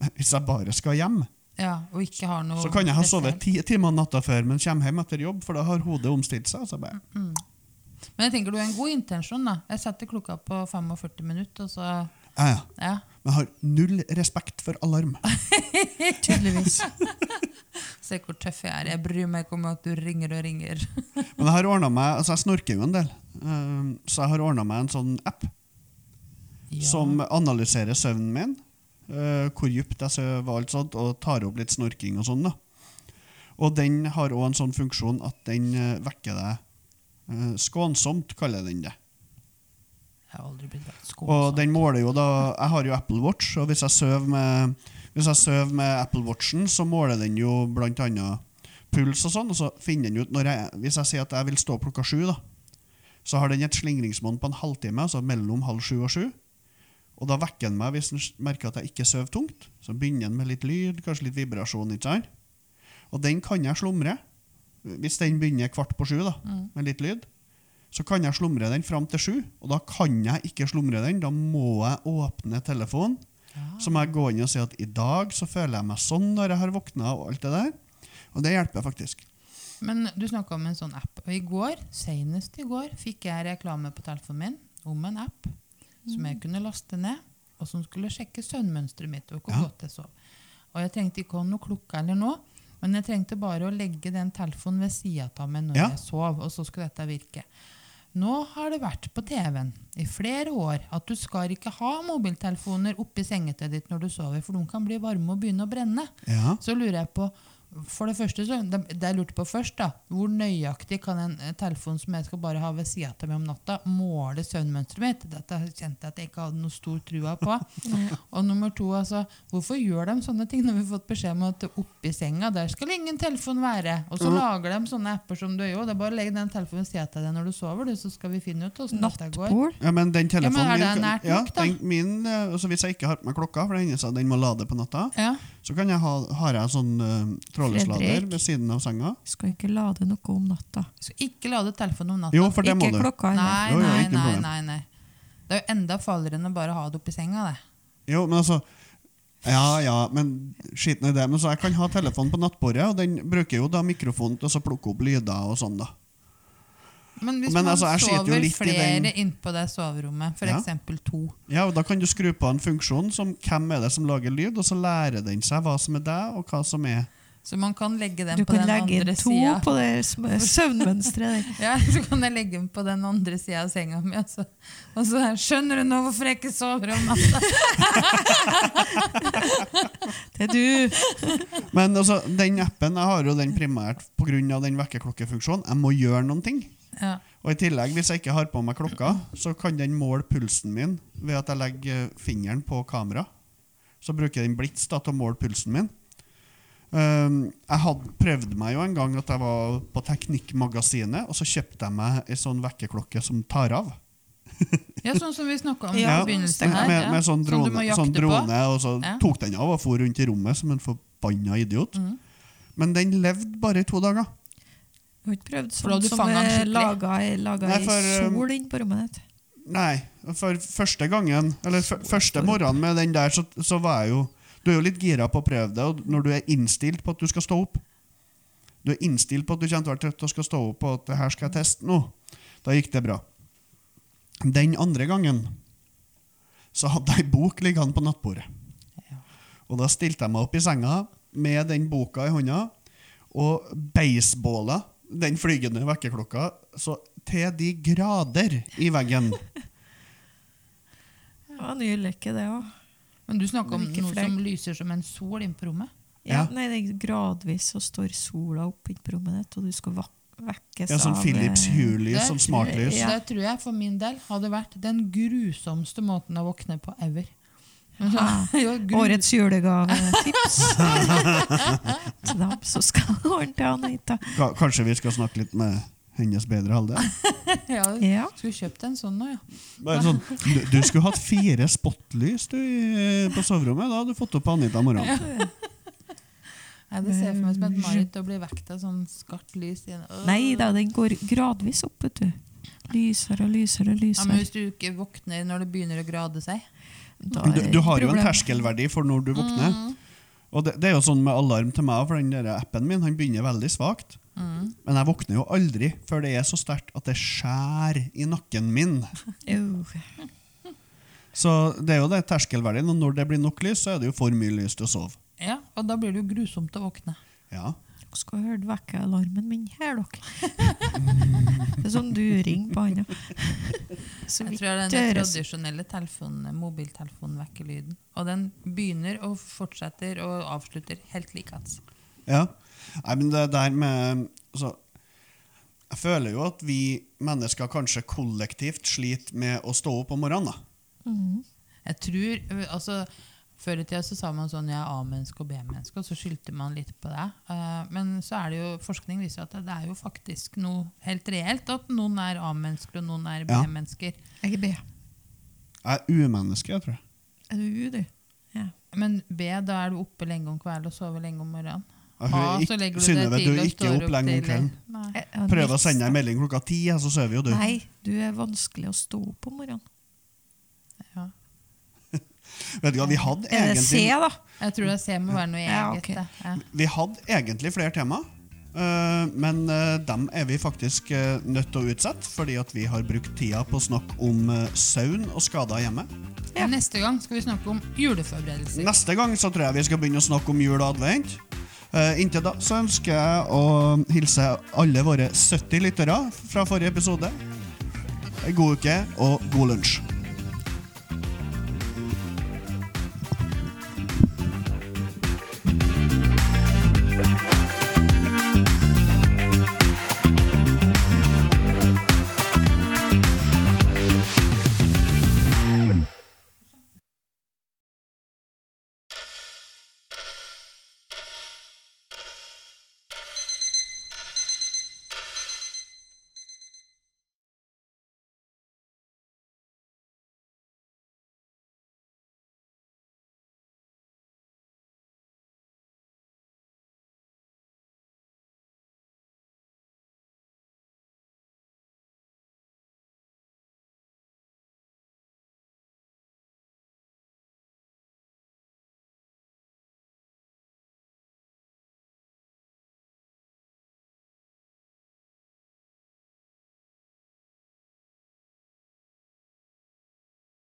[SPEAKER 1] Men Hvis jeg bare skal hjem,
[SPEAKER 3] ja. Og ikke har noe
[SPEAKER 1] så kan jeg ha
[SPEAKER 3] spesielt.
[SPEAKER 1] sovet ti timer natta før, men kommer hjem etter jobb, for da har hodet omstilt seg. og så bare...
[SPEAKER 3] Men jeg tenker du har en god intensjon. da. Jeg setter klokka på 45 minutter, og så
[SPEAKER 1] Ja, ja.
[SPEAKER 3] ja.
[SPEAKER 1] Men jeg har null respekt for alarm.
[SPEAKER 2] Tydeligvis.
[SPEAKER 3] [LAUGHS] Se hvor tøff jeg er. Jeg bryr meg ikke om at du ringer og ringer.
[SPEAKER 1] Men jeg har ordnet meg, altså jeg snorker jo en del, Ehm, så jeg har ordna meg en sånn app
[SPEAKER 3] Ja.
[SPEAKER 1] som analyserer søvnen min. eh, hvor dypt jeg sover og alt sånt, og tar opp litt snorking og sånn. da. Og den har òg en sånn funksjon at den eh, vekker deg eh, skånsomt, kaller den det.
[SPEAKER 3] Jeg har aldri blitt valgt
[SPEAKER 1] Og
[SPEAKER 3] skånsom.
[SPEAKER 1] den måler jo da Jeg har jo Apple Watch, og hvis jeg sover med, hvis jeg sover med Apple Watchen, så måler den jo blant annet puls og sånn, og så finner den ut når jeg, Hvis jeg sier at jeg vil stå opp klokka sju, da, så har den et slingringsmonn på en halvtime, altså mellom halv sju og sju. Og da vekker den meg hvis den merker at jeg ikke sover tungt. Så begynner den med litt lyd, kanskje litt vibrasjon. ikke sant? Og den kan jeg slumre. Hvis den begynner kvart på sju, da, med litt lyd, så kan jeg slumre den fram til sju. Og da kan jeg ikke slumre den. Da må jeg åpne telefonen. Så må jeg gå inn og si at i dag så føler jeg meg sånn når jeg har våkna. Og alt det der. Og det hjelper faktisk.
[SPEAKER 3] Men du snakka om en sånn app. Og i går, senest i går, fikk jeg reklame på telefonen min om en app som
[SPEAKER 1] Mm.
[SPEAKER 3] jeg kunne laste ned, og som skulle sjekke søvnmønsteret mitt og hvor
[SPEAKER 1] Ja.
[SPEAKER 3] godt jeg sov. Og jeg trengte ikke å ha noe klokke eller noe, men jeg trengte bare å legge den telefonen ved sida av meg når
[SPEAKER 1] Ja.
[SPEAKER 3] jeg sov, og så skulle dette virke. Nå har det vært på TV-en i flere år at du skal ikke ha mobiltelefoner oppi sengetøyet ditt når du sover, for de kan bli varme og begynne å brenne.
[SPEAKER 1] Ja.
[SPEAKER 3] Så lurer jeg på For det første, så, det, det jeg lurte på først, da, hvor nøyaktig kan en eh, telefon som jeg skal bare ha ved sida av meg om natta, måle søvnmønsteret mitt? Dette kjente jeg at jeg ikke hadde noe stor trua på. Og nummer to, altså, hvorfor gjør de sånne ting når vi har fått beskjed om at oppi senga, der skal ingen telefon være? Og så
[SPEAKER 1] Mm.
[SPEAKER 3] lager de sånne apper som du gjør. Det er bare å legge den telefonen ved sida av deg når du sover, du, så skal vi finne ut åssen dette Sånn går.
[SPEAKER 2] Nattbord?
[SPEAKER 1] Ja, men den
[SPEAKER 3] men
[SPEAKER 1] telefonen
[SPEAKER 3] er det
[SPEAKER 1] min-
[SPEAKER 3] nært
[SPEAKER 1] ja,
[SPEAKER 3] nok, da?
[SPEAKER 1] Den, min, eh, så hvis jeg ikke har på meg klokka, for det hender seg at den må lade på natta,
[SPEAKER 3] Ja.
[SPEAKER 1] så kan jeg ha, har jeg sånn uh, trådløslader
[SPEAKER 2] Fredrik.
[SPEAKER 1] ved siden av senga.
[SPEAKER 2] Skal ikke lade noe om natta.
[SPEAKER 3] Så ikke lade telefonen om natta.
[SPEAKER 1] Jo, for det må du.
[SPEAKER 2] Ikke klokka heller.
[SPEAKER 3] Nei,
[SPEAKER 1] Jo, jo,
[SPEAKER 3] nei,
[SPEAKER 1] ikke noe
[SPEAKER 3] nei,
[SPEAKER 1] problem.
[SPEAKER 3] nei, nei. Det er jo enda farligere enn å bare ha det oppi senga. Det.
[SPEAKER 1] Jo, men altså Ja, ja, men skiten i det. Men så jeg kan ha telefonen på nattbordet, og den bruker jo da mikrofonen til å så plukke opp lyder og sånn, da.
[SPEAKER 3] Men hvis
[SPEAKER 1] Men
[SPEAKER 3] man
[SPEAKER 1] altså, jeg skiter jo
[SPEAKER 3] sover
[SPEAKER 1] litt i
[SPEAKER 3] flere
[SPEAKER 1] den-
[SPEAKER 3] innpå det soverommet,
[SPEAKER 1] Ja.
[SPEAKER 3] f.eks. eksempel to
[SPEAKER 1] Ja, og Da kan du skru på en funksjon som hvem er det som lager lyd, og så lærer den seg hva som er deg, og hva som er
[SPEAKER 3] Så man kan legge den
[SPEAKER 2] Du
[SPEAKER 3] på den
[SPEAKER 2] kan legge
[SPEAKER 3] andre
[SPEAKER 2] inn to
[SPEAKER 3] sida.
[SPEAKER 2] på det
[SPEAKER 3] [LAUGHS]
[SPEAKER 2] sm- søvnmønsteret. der.
[SPEAKER 3] Ja, så kan jeg legge den på den andre sida av senga mi. Og så, og så her, skjønner du nå hvorfor jeg ikke sover om natta?
[SPEAKER 2] Det er du.
[SPEAKER 1] Men altså, den appen, jeg har jo den primært pga. den vekkerklokkefunksjonen. Jeg må gjøre noen ting.
[SPEAKER 3] Ja.
[SPEAKER 1] Og i tillegg, hvis jeg ikke har på meg klokka, så kan den måle pulsen min ved at jeg legger fingeren på kamera. Så bruker den blits da, til å måle pulsen min. Um, jeg hadde prøvd meg jo en gang at jeg var på Teknikkmagasinet, og så kjøpte jeg meg ei sånn vekkerklokke som tar av.
[SPEAKER 3] ja, sånn som vi snakka om
[SPEAKER 2] Ja,
[SPEAKER 3] i begynnelsen her.
[SPEAKER 1] Med,
[SPEAKER 3] ja.
[SPEAKER 1] med sånn
[SPEAKER 3] Som du
[SPEAKER 1] drone,
[SPEAKER 3] må jakte
[SPEAKER 1] sånn drone og så
[SPEAKER 3] Ja.
[SPEAKER 1] tok den av og for rundt i rommet som en forbanna idiot.
[SPEAKER 3] på. Mm.
[SPEAKER 1] Men den levde bare i to dager.
[SPEAKER 2] Du har ikke prøvd
[SPEAKER 3] For da
[SPEAKER 2] sånn
[SPEAKER 3] hadde du
[SPEAKER 2] som
[SPEAKER 3] fanget den
[SPEAKER 2] eh,
[SPEAKER 3] skikkelig.
[SPEAKER 2] laga i laga
[SPEAKER 1] Nei,
[SPEAKER 2] i
[SPEAKER 1] for, um,
[SPEAKER 2] sol inn på rommet ditt.
[SPEAKER 1] Nei, for første gangen Eller f første morgenen med den der så, så var jeg jo Du er jo litt gira på å prøve det og Når du er innstilt på at du skal stå opp Du er innstilt på at du kommer til å være trøtt Og skal stå opp og at det her skal jeg teste nå Da gikk det bra Den andre gangen Så hadde jeg en bok liggende på nattbordet
[SPEAKER 3] Ja.
[SPEAKER 1] Og da stilte jeg meg opp i senga Med den boka i hånda Og baseballa Den flygende vekkeklokka Så til de grader i veggen
[SPEAKER 2] Det var en ny ulykke, det òg.
[SPEAKER 3] Men du snakka om
[SPEAKER 2] Ikke
[SPEAKER 3] noe
[SPEAKER 2] flekk.
[SPEAKER 3] som lyser som en sol inne på rommet.
[SPEAKER 2] Ja,
[SPEAKER 1] Ja.
[SPEAKER 2] Nei, det er gradvis så står sola opp inn på rommet ditt, og du skal vak vekkes
[SPEAKER 1] Ja, sånn
[SPEAKER 2] av
[SPEAKER 1] Philips
[SPEAKER 2] eh,
[SPEAKER 1] Hue-lys,
[SPEAKER 3] Det-
[SPEAKER 1] sånn smartlys.
[SPEAKER 2] Ja.
[SPEAKER 3] Det tror jeg for min del hadde vært den grusomste måten å våkne på ever.
[SPEAKER 2] Ah.
[SPEAKER 3] [LAUGHS] Ja, gru-
[SPEAKER 2] Årets julegavetips. [LAUGHS] Til dem som skal [LAUGHS] ordne til Anita.
[SPEAKER 1] Ka- Kanskje vi skal snakke litt med hennes bedre halvdel?
[SPEAKER 3] Ja,
[SPEAKER 2] Ja.
[SPEAKER 3] skulle kjøpt en sånn nå, ja.
[SPEAKER 1] Bare Sånn, du, du skulle hatt fire spotlys du, i- på soverommet. Da hadde du fått opp Anita morgenen.
[SPEAKER 3] Nei, det ser jeg for meg som et mareritt å bli vekt av sånn skarpt lys. igjen. Øh.
[SPEAKER 2] Mm. Nei da, den går gradvis opp, vet du. Lysere og lysere og
[SPEAKER 3] Ja, men
[SPEAKER 2] lysere.
[SPEAKER 3] hvis du ikke våkner når det begynner å grade seg
[SPEAKER 2] Da
[SPEAKER 1] Du,
[SPEAKER 2] er
[SPEAKER 1] du har jo en
[SPEAKER 2] problem.
[SPEAKER 1] terskelverdi for når du våkner. Og det, det er jo sånn med alarm til meg, for den der appen min han begynner veldig svakt.
[SPEAKER 3] Mm.
[SPEAKER 1] Men jeg våkner jo aldri før det er så sterkt at det skjærer i nakken min.
[SPEAKER 2] Jo.
[SPEAKER 1] Så det er jo det terskelverdien, og når det blir nok lys, så er det jo for mye lys til å sove.
[SPEAKER 3] Ja, og da blir det jo grusomt å våkne.
[SPEAKER 1] Ja.
[SPEAKER 2] Dere skal ha hørt vekkealarmen min her, [LAUGHS] dere. Det er sånn during på [LAUGHS] handa. Så
[SPEAKER 3] Jeg
[SPEAKER 2] vidt
[SPEAKER 3] tror det er den
[SPEAKER 2] døres.
[SPEAKER 3] tradisjonelle telefon- eh, mobiltelefonvekkerlyden. Og den begynner og fortsetter og avslutter helt altså. likeens.
[SPEAKER 1] Ja. Nei, men det der med altså, Jeg føler jo at vi mennesker kanskje kollektivt sliter med å stå opp om morgenen. da.
[SPEAKER 2] Mhm.
[SPEAKER 3] Jeg tror, ø, altså Før i tida så sa man sånn jeg er A-menneske og B-menneske, og så skyldte man litt på det. Eh, men så er det jo, forskning viser at det er jo faktisk noe helt reelt at noen er A-mennesker og noen er
[SPEAKER 1] Ja.
[SPEAKER 3] B-mennesker.
[SPEAKER 2] Jeg er B.
[SPEAKER 1] Jeg er umenneske, jeg tror jeg.
[SPEAKER 2] Er du U, du? Ja.
[SPEAKER 3] Men B, da er du oppe lenge om kvelden og sover lenge om morgenen.
[SPEAKER 1] Jeg tror
[SPEAKER 3] A,
[SPEAKER 1] jeg
[SPEAKER 3] så legger
[SPEAKER 1] ikke-
[SPEAKER 3] du
[SPEAKER 1] Synnøve,
[SPEAKER 3] deg
[SPEAKER 1] du
[SPEAKER 3] tidlig
[SPEAKER 1] er
[SPEAKER 3] og
[SPEAKER 1] ikke
[SPEAKER 3] står
[SPEAKER 1] opp
[SPEAKER 3] opp
[SPEAKER 1] lenge om
[SPEAKER 3] tidlig.
[SPEAKER 1] kvelden.
[SPEAKER 3] Nei.
[SPEAKER 2] Jeg er
[SPEAKER 1] Prøv å
[SPEAKER 2] mest-
[SPEAKER 1] sende deg en melding klokka ti, ja, så sover jo du.
[SPEAKER 2] Nei, du er vanskelig å stå opp om morgenen.
[SPEAKER 3] Ja.
[SPEAKER 1] Vet du hva, Vi hadde
[SPEAKER 2] Er det C,
[SPEAKER 1] egentlig,
[SPEAKER 2] da?
[SPEAKER 3] Jeg tror det ser må være noe eget.
[SPEAKER 2] Ja, ok.
[SPEAKER 3] det. Ja.
[SPEAKER 1] vi hadde egentlig flere tema, eh, men eh, dem er vi faktisk eh, nødt til å utsette, fordi at vi har brukt tida på å snakke om eh, søvn og skader hjemme.
[SPEAKER 2] Ja.
[SPEAKER 3] Neste gang skal vi snakke om juleforberedelser.
[SPEAKER 1] Neste gang så tror jeg vi skal begynne å snakke om jul og advent. Eh, inntil da så ønsker jeg å hilse alle våre 70 lyttere fra forrige episode. God uke og god lunsj.